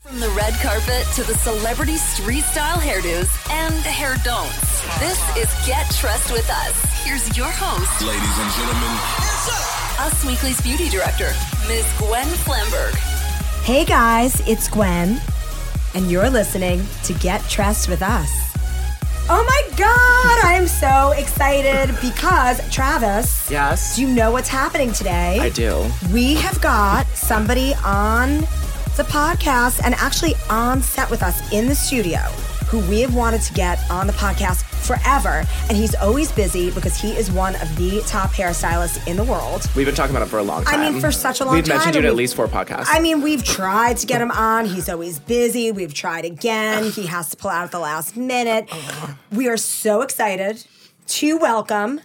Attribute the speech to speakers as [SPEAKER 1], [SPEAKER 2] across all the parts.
[SPEAKER 1] From the red carpet to the celebrity street style hairdos and hair don'ts, this is Get Trust with Us. Here's your host,
[SPEAKER 2] Ladies and gentlemen,
[SPEAKER 1] Us Weekly's beauty director, Ms. Gwen Flamberg.
[SPEAKER 3] Hey guys, it's Gwen, and you're listening to Get Tressed with Us. Oh my God, I am so excited because Travis,
[SPEAKER 4] Yes.
[SPEAKER 3] do you know what's happening today?
[SPEAKER 4] I do.
[SPEAKER 3] We have got somebody on the podcast and actually on set with us in the studio who we have wanted to get on the podcast forever. And he's always busy because he is one of the top hairstylists in the world.
[SPEAKER 4] We've been talking about it for a long
[SPEAKER 3] I
[SPEAKER 4] time.
[SPEAKER 3] mean, for such a long
[SPEAKER 4] We've
[SPEAKER 3] time.
[SPEAKER 4] mentioned you
[SPEAKER 3] and
[SPEAKER 4] to at
[SPEAKER 3] we've-
[SPEAKER 4] least four podcasts.
[SPEAKER 3] I mean, we've tried to get him on. He's always busy. We've tried again. He has to pull out at the last minute. We are so excited to welcome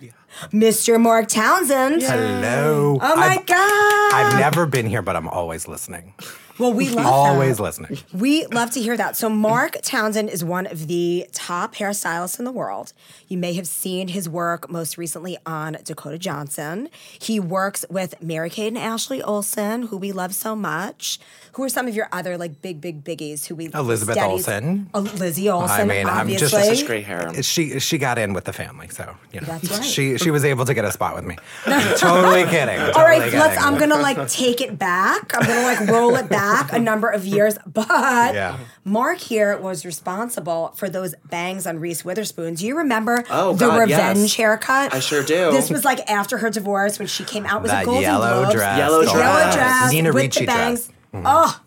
[SPEAKER 3] Mr. Mark Townsend.
[SPEAKER 5] Hello.
[SPEAKER 3] Oh my
[SPEAKER 5] I've,
[SPEAKER 3] God.
[SPEAKER 5] I've never been here, but I'm always listening.
[SPEAKER 3] well, we love
[SPEAKER 5] Always
[SPEAKER 3] that.
[SPEAKER 5] listening.
[SPEAKER 3] We love to hear that. So, Mark Townsend is one of the top hairstylists in the world. You may have seen his work most recently on Dakota Johnson. He works with Mary Kate and Ashley Olsen, who we love so much. Who are some of your other like big, big biggies who we
[SPEAKER 5] Elizabeth
[SPEAKER 3] daddies-
[SPEAKER 5] Olsen.
[SPEAKER 3] Oh, Lizzie Olsen.
[SPEAKER 5] I mean, I'm just- Uh,
[SPEAKER 3] obviously.
[SPEAKER 4] Such great hair.
[SPEAKER 5] She she got in with the family, so you know
[SPEAKER 3] That's right.
[SPEAKER 5] she she was able to get a spot with me. totally kidding.
[SPEAKER 3] All right,
[SPEAKER 5] totally
[SPEAKER 3] let's.
[SPEAKER 5] kidding.
[SPEAKER 3] I'm gonna like take it back. I'm gonna like roll it back a number of years. But
[SPEAKER 5] Yeah.
[SPEAKER 3] Mark here was responsible for those bangs on Reese Witherspoon. Do you remember
[SPEAKER 4] Oh,
[SPEAKER 3] the
[SPEAKER 4] God, yes.
[SPEAKER 3] revenge haircut?
[SPEAKER 4] I sure do.
[SPEAKER 3] This was like after her divorce when she came out with a
[SPEAKER 5] that
[SPEAKER 3] Golden
[SPEAKER 5] yellow
[SPEAKER 3] Globes.
[SPEAKER 5] dress,
[SPEAKER 4] Yellow
[SPEAKER 3] The yellow
[SPEAKER 4] dress.
[SPEAKER 3] dress
[SPEAKER 5] Nina
[SPEAKER 3] with
[SPEAKER 5] Ricci
[SPEAKER 3] the bangs.
[SPEAKER 5] dress. Mm.
[SPEAKER 3] Oh,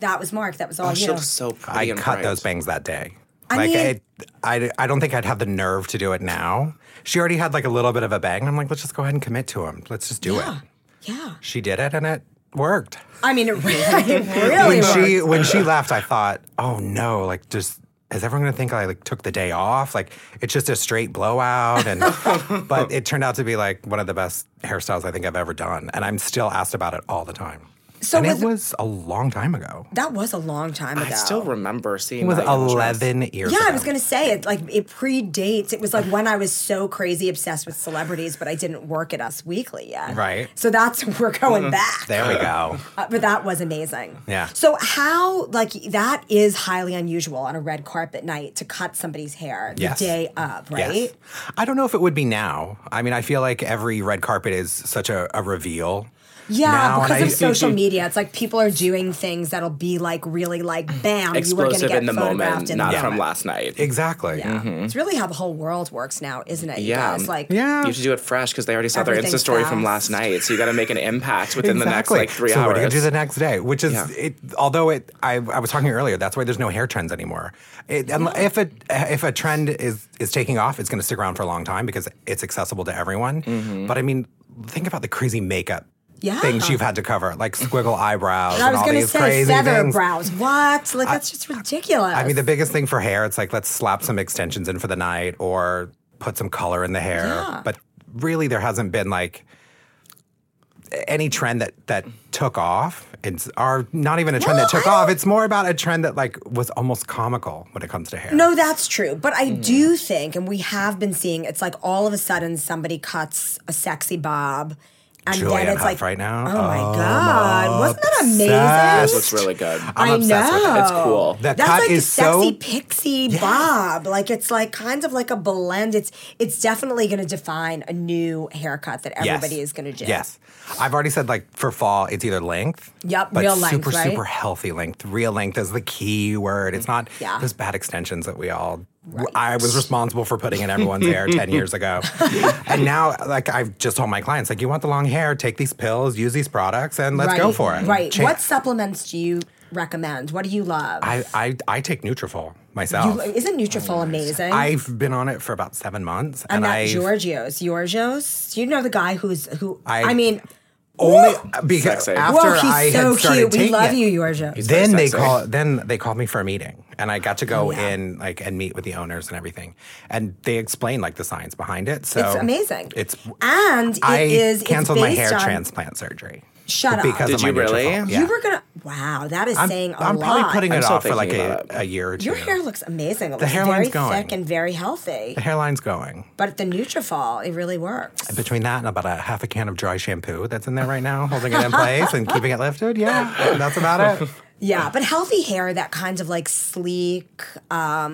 [SPEAKER 3] that was Mark. That was all
[SPEAKER 4] oh, she
[SPEAKER 3] you.
[SPEAKER 4] looks so pretty.
[SPEAKER 5] I
[SPEAKER 4] and
[SPEAKER 5] cut
[SPEAKER 4] bright.
[SPEAKER 5] those bangs that day.
[SPEAKER 3] I
[SPEAKER 5] like
[SPEAKER 3] mean-
[SPEAKER 5] I, I I don't think I'd have the nerve to do it now. She already had like a little bit of a bang. I'm like, let's just go ahead and commit to him. Let's just do
[SPEAKER 3] yeah,
[SPEAKER 5] it.
[SPEAKER 3] yeah.
[SPEAKER 5] She did it, and it worked.
[SPEAKER 3] I mean, it really, it really
[SPEAKER 5] when she
[SPEAKER 3] worked.
[SPEAKER 5] when she left, I thought, oh no, like just is everyone gonna think I like took the day off? Like it's just a straight blowout, and but it turned out to be like one of the best hairstyles I think I've ever done, and I'm still asked about it all the time.
[SPEAKER 3] So
[SPEAKER 5] and
[SPEAKER 3] was-
[SPEAKER 5] it was a long time ago.
[SPEAKER 3] That was a long time ago.
[SPEAKER 4] I still remember seeing
[SPEAKER 5] It was
[SPEAKER 4] that yellow dress.
[SPEAKER 5] eleven years.
[SPEAKER 3] Yeah, I
[SPEAKER 5] ago.
[SPEAKER 3] was gonna say it. Like it predates. It was like when I was so crazy obsessed with celebrities, but I didn't work at Us Weekly yet.
[SPEAKER 5] Right.
[SPEAKER 3] So that's we're
[SPEAKER 4] Mm-hmm.
[SPEAKER 3] going back.
[SPEAKER 5] There we go.
[SPEAKER 3] Uh, but that was amazing.
[SPEAKER 5] Yeah.
[SPEAKER 3] So how like that is highly unusual on a red carpet night to cut somebody's hair the
[SPEAKER 5] Yes.
[SPEAKER 3] day up, right?
[SPEAKER 5] Yes. I don't know if it would be now. I mean, I feel like every red carpet is such a, a reveal.
[SPEAKER 3] Yeah,
[SPEAKER 5] now, and
[SPEAKER 3] because
[SPEAKER 5] I-
[SPEAKER 3] of social media, it's like people are doing things that'll be like really like bam, you were
[SPEAKER 4] Explosive
[SPEAKER 3] gonna get
[SPEAKER 4] in the
[SPEAKER 3] photographed
[SPEAKER 4] moment,
[SPEAKER 3] in the
[SPEAKER 4] not
[SPEAKER 3] moment.
[SPEAKER 4] from last night.
[SPEAKER 5] Exactly.
[SPEAKER 3] Yeah. It's really how the whole world works now, isn't it? you
[SPEAKER 4] Yeah.
[SPEAKER 3] guys? Like
[SPEAKER 5] Yeah.
[SPEAKER 4] You have to do it fresh because they already saw their Insta
[SPEAKER 3] Everything's
[SPEAKER 4] story from
[SPEAKER 3] fast.
[SPEAKER 4] last night. So you got to make an impact within the next like three
[SPEAKER 5] so
[SPEAKER 4] hours.
[SPEAKER 5] what do you do the next day? Which is
[SPEAKER 4] Yeah.
[SPEAKER 5] it, although it I, I was talking earlier, that's why there's no hair trends anymore. It, and If a if a trend is is taking off, it's going to stick around for a long time because it's accessible to everyone.
[SPEAKER 4] Mm-hmm.
[SPEAKER 5] But I mean, think about the crazy makeup.
[SPEAKER 3] Yeah.
[SPEAKER 5] Things you've had to cover, like squiggle eyebrows
[SPEAKER 3] I
[SPEAKER 5] and
[SPEAKER 3] was
[SPEAKER 5] all
[SPEAKER 3] gonna
[SPEAKER 5] these
[SPEAKER 3] say
[SPEAKER 5] crazy
[SPEAKER 3] feather
[SPEAKER 5] things.
[SPEAKER 3] brows. What? Like that's just ridiculous.
[SPEAKER 5] I mean, the biggest thing for hair, it's like let's slap some extensions in for the night or put some color in the hair.
[SPEAKER 3] Yeah.
[SPEAKER 5] But really, there hasn't been like any trend that that took off. It's or not even a trend
[SPEAKER 3] No,
[SPEAKER 5] that took
[SPEAKER 3] I
[SPEAKER 5] off.
[SPEAKER 3] don't-
[SPEAKER 5] It's more about a trend that like was almost comical when it comes to hair.
[SPEAKER 3] no, that's true. But I
[SPEAKER 5] Mm.
[SPEAKER 3] do think, and we have been seeing, it's like all of a sudden somebody cuts a sexy bob, and
[SPEAKER 5] Julianne
[SPEAKER 3] then it's like
[SPEAKER 5] Hough right now.
[SPEAKER 3] Oh my
[SPEAKER 5] I'm
[SPEAKER 3] god, wasn't that
[SPEAKER 5] obsessed.
[SPEAKER 3] amazing?
[SPEAKER 4] This looks really good.
[SPEAKER 3] I
[SPEAKER 5] obsessed with it.
[SPEAKER 3] know.
[SPEAKER 4] It's cool.
[SPEAKER 5] That
[SPEAKER 3] That's
[SPEAKER 5] cut
[SPEAKER 3] like
[SPEAKER 5] is
[SPEAKER 3] a sexy
[SPEAKER 5] so-
[SPEAKER 3] pixie bob. Like it's like kind of like a blend. It's it's definitely going to define a new haircut that everybody is going to do.
[SPEAKER 5] Yes. I've already said like for fall, it's either length.
[SPEAKER 3] Yep,
[SPEAKER 5] but
[SPEAKER 3] real length,
[SPEAKER 5] Super,
[SPEAKER 3] right?
[SPEAKER 5] super healthy length. Real length is the key word. It's not
[SPEAKER 3] Yeah.
[SPEAKER 5] those bad extensions that we all. I was responsible for putting in everyone's hair 10 years ago. and now, like, I've just told my clients, like, you want the long hair, take these pills, use these products, and let's
[SPEAKER 3] right.
[SPEAKER 5] go for it.
[SPEAKER 3] Right.
[SPEAKER 5] Cha-
[SPEAKER 3] What supplements do you recommend? What do you love?
[SPEAKER 5] I, I, I take Nutrafol myself.
[SPEAKER 3] You- uh, Isn't Nutrafol amazing?
[SPEAKER 5] I've been on it for about seven months.
[SPEAKER 3] and
[SPEAKER 5] and
[SPEAKER 3] that
[SPEAKER 5] I
[SPEAKER 3] Giorgio's, Giorgio's. Do you know the guy who's who? I,
[SPEAKER 5] I-
[SPEAKER 3] mean,
[SPEAKER 5] only because
[SPEAKER 4] Sexy.
[SPEAKER 5] after
[SPEAKER 3] whoa, he's
[SPEAKER 5] I
[SPEAKER 3] so
[SPEAKER 5] had started
[SPEAKER 3] cute. We
[SPEAKER 5] taking
[SPEAKER 3] love
[SPEAKER 5] it-
[SPEAKER 3] you, Giorgio.
[SPEAKER 5] then
[SPEAKER 4] very
[SPEAKER 5] they
[SPEAKER 4] sexy.
[SPEAKER 5] call then they called me for a meeting and I got to go in like and meet with the owners and everything. And they explained like the science behind it. So
[SPEAKER 3] It's amazing.
[SPEAKER 5] It's
[SPEAKER 3] and it
[SPEAKER 5] I
[SPEAKER 3] is- it's
[SPEAKER 5] canceled my
[SPEAKER 3] based
[SPEAKER 5] hair
[SPEAKER 3] on-
[SPEAKER 5] transplant surgery.
[SPEAKER 3] Shut up.
[SPEAKER 5] because
[SPEAKER 3] Did
[SPEAKER 5] of my
[SPEAKER 4] you really?
[SPEAKER 5] Nutrafol.
[SPEAKER 4] You
[SPEAKER 5] Yeah.
[SPEAKER 3] You were gonna. Wow, that is
[SPEAKER 5] I'm,
[SPEAKER 3] saying a
[SPEAKER 5] I'm
[SPEAKER 3] lot.
[SPEAKER 5] probably putting it
[SPEAKER 4] still
[SPEAKER 5] off for like
[SPEAKER 4] thinking
[SPEAKER 5] a,
[SPEAKER 4] about it.
[SPEAKER 5] a year or two.
[SPEAKER 3] Your hair looks amazing. It looks very
[SPEAKER 5] hairline's going.
[SPEAKER 3] thick and very healthy.
[SPEAKER 5] the hairline's going.
[SPEAKER 3] But the Nutrafol, it really works.
[SPEAKER 5] Between that and about a half a can of dry shampoo that's in there right now, holding it in place and keeping it lifted. Yeah, that's about it.
[SPEAKER 3] Yeah, but healthy hair, that kind of like sleek.
[SPEAKER 5] I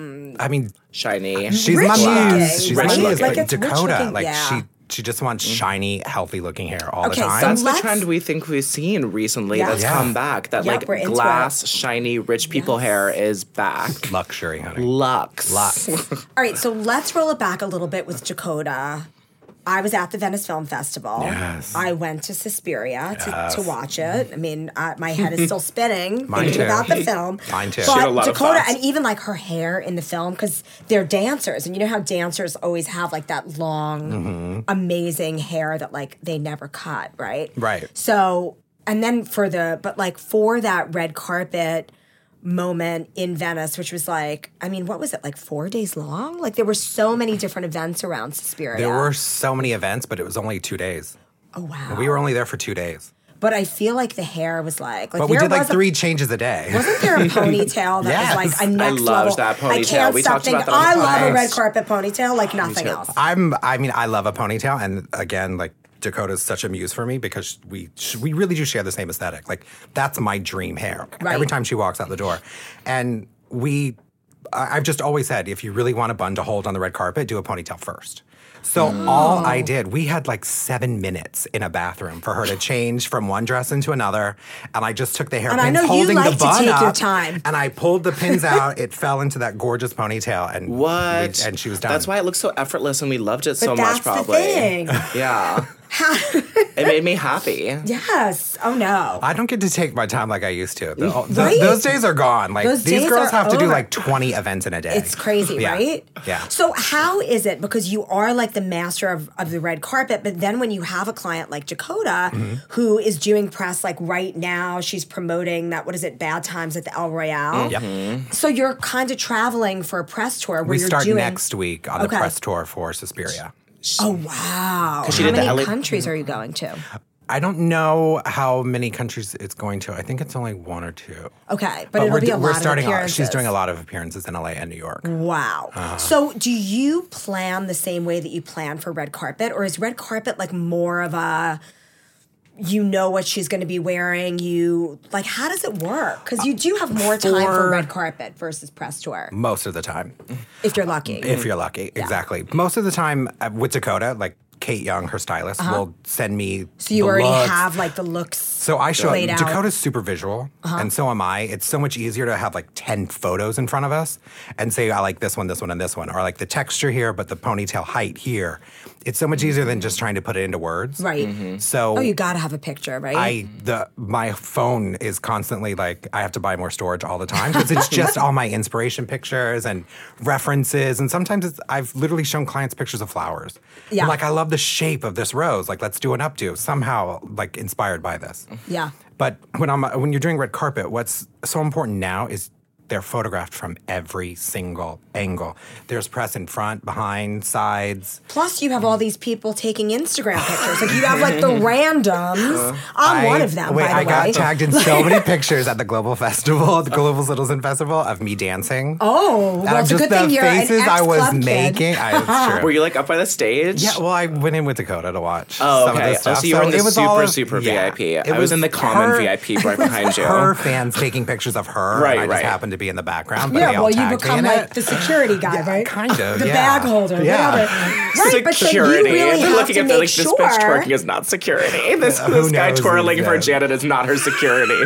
[SPEAKER 5] mean,
[SPEAKER 4] Shiny.
[SPEAKER 5] she's
[SPEAKER 3] Rich
[SPEAKER 5] not
[SPEAKER 3] looking,
[SPEAKER 5] she's, she's
[SPEAKER 4] right?
[SPEAKER 5] not
[SPEAKER 4] Like,
[SPEAKER 5] like, Mm.
[SPEAKER 3] it's rich
[SPEAKER 5] Dakota.
[SPEAKER 3] looking,
[SPEAKER 5] like
[SPEAKER 3] yeah.
[SPEAKER 5] she she just wants shiny, healthy looking hair all
[SPEAKER 3] Okay,
[SPEAKER 5] the
[SPEAKER 3] so
[SPEAKER 5] time.
[SPEAKER 4] That's the
[SPEAKER 3] Let's-
[SPEAKER 4] trend we think we've seen recently
[SPEAKER 3] Yeah.
[SPEAKER 4] that's
[SPEAKER 5] Yeah.
[SPEAKER 4] come back. That
[SPEAKER 3] Yeah, we're
[SPEAKER 4] like
[SPEAKER 3] into
[SPEAKER 4] glass, shiny, rich people hair is back.
[SPEAKER 5] luxury, honey.
[SPEAKER 4] Lux.
[SPEAKER 5] Lux.
[SPEAKER 3] All right, so let's roll it back a little bit with Dakota. I was at the Venice Film Festival.
[SPEAKER 5] Yes.
[SPEAKER 3] I went to Suspiria to, to watch it. I mean, I, my head is still spinning
[SPEAKER 5] Mine
[SPEAKER 3] thinking
[SPEAKER 5] too.
[SPEAKER 3] about the film.
[SPEAKER 5] Mine too. She
[SPEAKER 4] had a
[SPEAKER 3] But
[SPEAKER 4] lot of
[SPEAKER 3] Dakota,
[SPEAKER 4] thoughts.
[SPEAKER 3] and even like her hair in the film, because they're dancers, and you know how dancers always have like that long,
[SPEAKER 5] Mm-hmm.
[SPEAKER 3] amazing hair that like they never cut, right?
[SPEAKER 5] Right.
[SPEAKER 3] So, and then for the, but like for that red carpet moment in Venice, which was like, I mean, what was it, like four days long? Like there were so many different events around Suspiria.
[SPEAKER 5] There were so many events, but it was only two days.
[SPEAKER 3] Oh, wow.
[SPEAKER 5] We were only there for two days,
[SPEAKER 3] but I feel like the hair was like, like
[SPEAKER 5] but we
[SPEAKER 3] there
[SPEAKER 5] did like
[SPEAKER 3] was a-
[SPEAKER 5] three changes a day.
[SPEAKER 3] Wasn't there a ponytail that was
[SPEAKER 5] Yes.
[SPEAKER 3] like a next
[SPEAKER 4] loved
[SPEAKER 3] level?
[SPEAKER 4] that
[SPEAKER 3] I
[SPEAKER 4] ponytail.
[SPEAKER 3] can't
[SPEAKER 4] We
[SPEAKER 3] stop
[SPEAKER 4] talked about
[SPEAKER 3] thinking.
[SPEAKER 4] that
[SPEAKER 3] I
[SPEAKER 4] on the
[SPEAKER 3] love a
[SPEAKER 4] podcast.
[SPEAKER 3] red carpet ponytail like nothing else.
[SPEAKER 5] I'm. I mean, I love a ponytail, and again, like Dakota's such a muse for me because we we really do share the same aesthetic. Like that's my dream hair.
[SPEAKER 3] Right.
[SPEAKER 5] Every time she walks out the door, and we, I- I've just always said, if you really want a bun to hold on the red carpet, do a ponytail first. So
[SPEAKER 3] Oh.
[SPEAKER 5] all I did, we had like seven minutes in a bathroom for her to change from one dress into another, and I just took the hairpins
[SPEAKER 3] know you
[SPEAKER 5] holding
[SPEAKER 3] like to
[SPEAKER 5] the bun
[SPEAKER 3] take
[SPEAKER 5] up,
[SPEAKER 3] your time.
[SPEAKER 5] and I pulled the pins out. It fell into that gorgeous ponytail, and we-
[SPEAKER 4] What?
[SPEAKER 5] and she was done.
[SPEAKER 4] That's why it looks so effortless and we loved it so
[SPEAKER 3] but that's
[SPEAKER 4] much, probably.
[SPEAKER 3] the thing.
[SPEAKER 4] Yeah. it made me happy.
[SPEAKER 3] yes. Oh no.
[SPEAKER 5] I don't get to take my time like I used to. The- th-
[SPEAKER 3] Right?
[SPEAKER 5] Those days are gone. Like
[SPEAKER 3] Those
[SPEAKER 5] these
[SPEAKER 3] days
[SPEAKER 5] girls
[SPEAKER 3] are
[SPEAKER 5] have to do
[SPEAKER 3] over.
[SPEAKER 5] like 20 events in a day.
[SPEAKER 3] It's crazy,
[SPEAKER 5] Yeah.
[SPEAKER 3] right?
[SPEAKER 5] Yeah.
[SPEAKER 3] So how is it? Because you are like the master of, of the red carpet, but then when you have a client like Dakota
[SPEAKER 5] Mm-hmm.
[SPEAKER 3] who is doing press like right now, she's promoting that what is it, Bad Times at the El Royale.
[SPEAKER 5] Mm-hmm. Yep.
[SPEAKER 3] So you're kind of traveling for a press tour where
[SPEAKER 5] We
[SPEAKER 3] you're
[SPEAKER 5] start
[SPEAKER 3] doing
[SPEAKER 5] next week on
[SPEAKER 3] Okay.
[SPEAKER 5] the press tour for Suspiria.
[SPEAKER 3] Oh wow.
[SPEAKER 4] she
[SPEAKER 3] how
[SPEAKER 4] did the
[SPEAKER 3] many
[SPEAKER 4] LA
[SPEAKER 3] countries are you going to?
[SPEAKER 5] I don't know how many countries it's going to. I think it's only one or two.
[SPEAKER 3] Okay. But,
[SPEAKER 5] But
[SPEAKER 3] it'll
[SPEAKER 5] we're,
[SPEAKER 3] be a
[SPEAKER 5] we're
[SPEAKER 3] lot
[SPEAKER 5] starting
[SPEAKER 3] of
[SPEAKER 5] off.
[SPEAKER 3] appearances.
[SPEAKER 5] She's
[SPEAKER 3] Mm.
[SPEAKER 5] doing a lot of appearances in LA and New York.
[SPEAKER 3] Wow.
[SPEAKER 5] Uh-huh.
[SPEAKER 3] so, do you plan the same way that you plan for red carpet, or is red carpet like more of a you know what she's going to be wearing? You like how does it work? Because you do have more time for
[SPEAKER 5] For-
[SPEAKER 3] red carpet versus press tour,
[SPEAKER 5] Most of the time,
[SPEAKER 3] if you're lucky.
[SPEAKER 5] if you're lucky. Exactly. Most of the time uh, with Dakota, like Kate Young, her stylist, will send me.
[SPEAKER 3] Uh-huh. so you
[SPEAKER 5] the
[SPEAKER 3] already
[SPEAKER 5] looks.
[SPEAKER 3] have like the looks.
[SPEAKER 5] So I show
[SPEAKER 3] laid out. Uh-huh.
[SPEAKER 5] Dakota's super visual, and so am I. It's so much easier to have like ten photos in front of us and say I like this one, this one, and this one, or like the texture here, but the ponytail height here. It's so much easier than just trying to put it into words.
[SPEAKER 3] right.
[SPEAKER 5] So
[SPEAKER 3] Oh, you got to have a picture, right?
[SPEAKER 5] Mm-hmm. I the my phone is constantly like I have to buy more storage all the time because it's just all my inspiration pictures and references and sometimes it's, I've literally shown clients pictures of flowers. I'm
[SPEAKER 3] Yeah.
[SPEAKER 5] like I love the shape of this rose. Like let's do an updo somehow like inspired by this.
[SPEAKER 3] yeah.
[SPEAKER 5] But when I'm when you're doing red carpet, what's so important now is they're photographed from every single angle. There's press in front, behind, sides.
[SPEAKER 3] Plus, you have all these people taking Instagram pictures. Like you have like the randoms. I'm
[SPEAKER 5] Uh-huh. I-
[SPEAKER 3] one of them.
[SPEAKER 5] Wait,
[SPEAKER 3] by the
[SPEAKER 5] I
[SPEAKER 3] way.
[SPEAKER 5] got tagged in so many pictures at the Global Festival, the Global Citizen Festival, of me dancing.
[SPEAKER 3] Oh,
[SPEAKER 5] And
[SPEAKER 3] well,
[SPEAKER 5] I'm
[SPEAKER 3] it's a
[SPEAKER 5] just
[SPEAKER 3] good
[SPEAKER 5] the
[SPEAKER 3] thing you're an
[SPEAKER 5] faces I was
[SPEAKER 3] ex-club kid.
[SPEAKER 5] making. I, it's true.
[SPEAKER 4] Were you like up by the stage?
[SPEAKER 5] Yeah, well, I went in with Dakota to watch.
[SPEAKER 4] Oh,
[SPEAKER 5] some of
[SPEAKER 4] okay.
[SPEAKER 5] this stuff.
[SPEAKER 4] Oh, so you were in the
[SPEAKER 5] it was all
[SPEAKER 4] super,
[SPEAKER 5] of-
[SPEAKER 4] super
[SPEAKER 5] yeah.
[SPEAKER 4] VIP.
[SPEAKER 5] It
[SPEAKER 4] I was, in the common
[SPEAKER 5] her-
[SPEAKER 4] VIP right behind you.
[SPEAKER 5] Her fans taking pictures of her,
[SPEAKER 4] Right,
[SPEAKER 5] and I just
[SPEAKER 4] right.
[SPEAKER 5] happened to be in the background. But
[SPEAKER 3] Yeah,
[SPEAKER 5] they all
[SPEAKER 3] well, you
[SPEAKER 5] tagged me
[SPEAKER 3] become
[SPEAKER 5] in
[SPEAKER 3] like
[SPEAKER 5] it.
[SPEAKER 3] the security guy, right?
[SPEAKER 5] kind of,
[SPEAKER 3] the
[SPEAKER 5] yeah.
[SPEAKER 3] bag holder,
[SPEAKER 5] Yeah.
[SPEAKER 3] whatever. Right, but then you
[SPEAKER 4] security.
[SPEAKER 3] really
[SPEAKER 4] They're
[SPEAKER 3] have
[SPEAKER 4] looking
[SPEAKER 3] to
[SPEAKER 4] at
[SPEAKER 3] make
[SPEAKER 4] me like
[SPEAKER 3] sure.
[SPEAKER 4] this bitch twerking is not security. This,
[SPEAKER 5] who
[SPEAKER 4] this guy
[SPEAKER 5] knows
[SPEAKER 4] twirling
[SPEAKER 5] these
[SPEAKER 4] for
[SPEAKER 5] days?
[SPEAKER 4] Janet is not her security.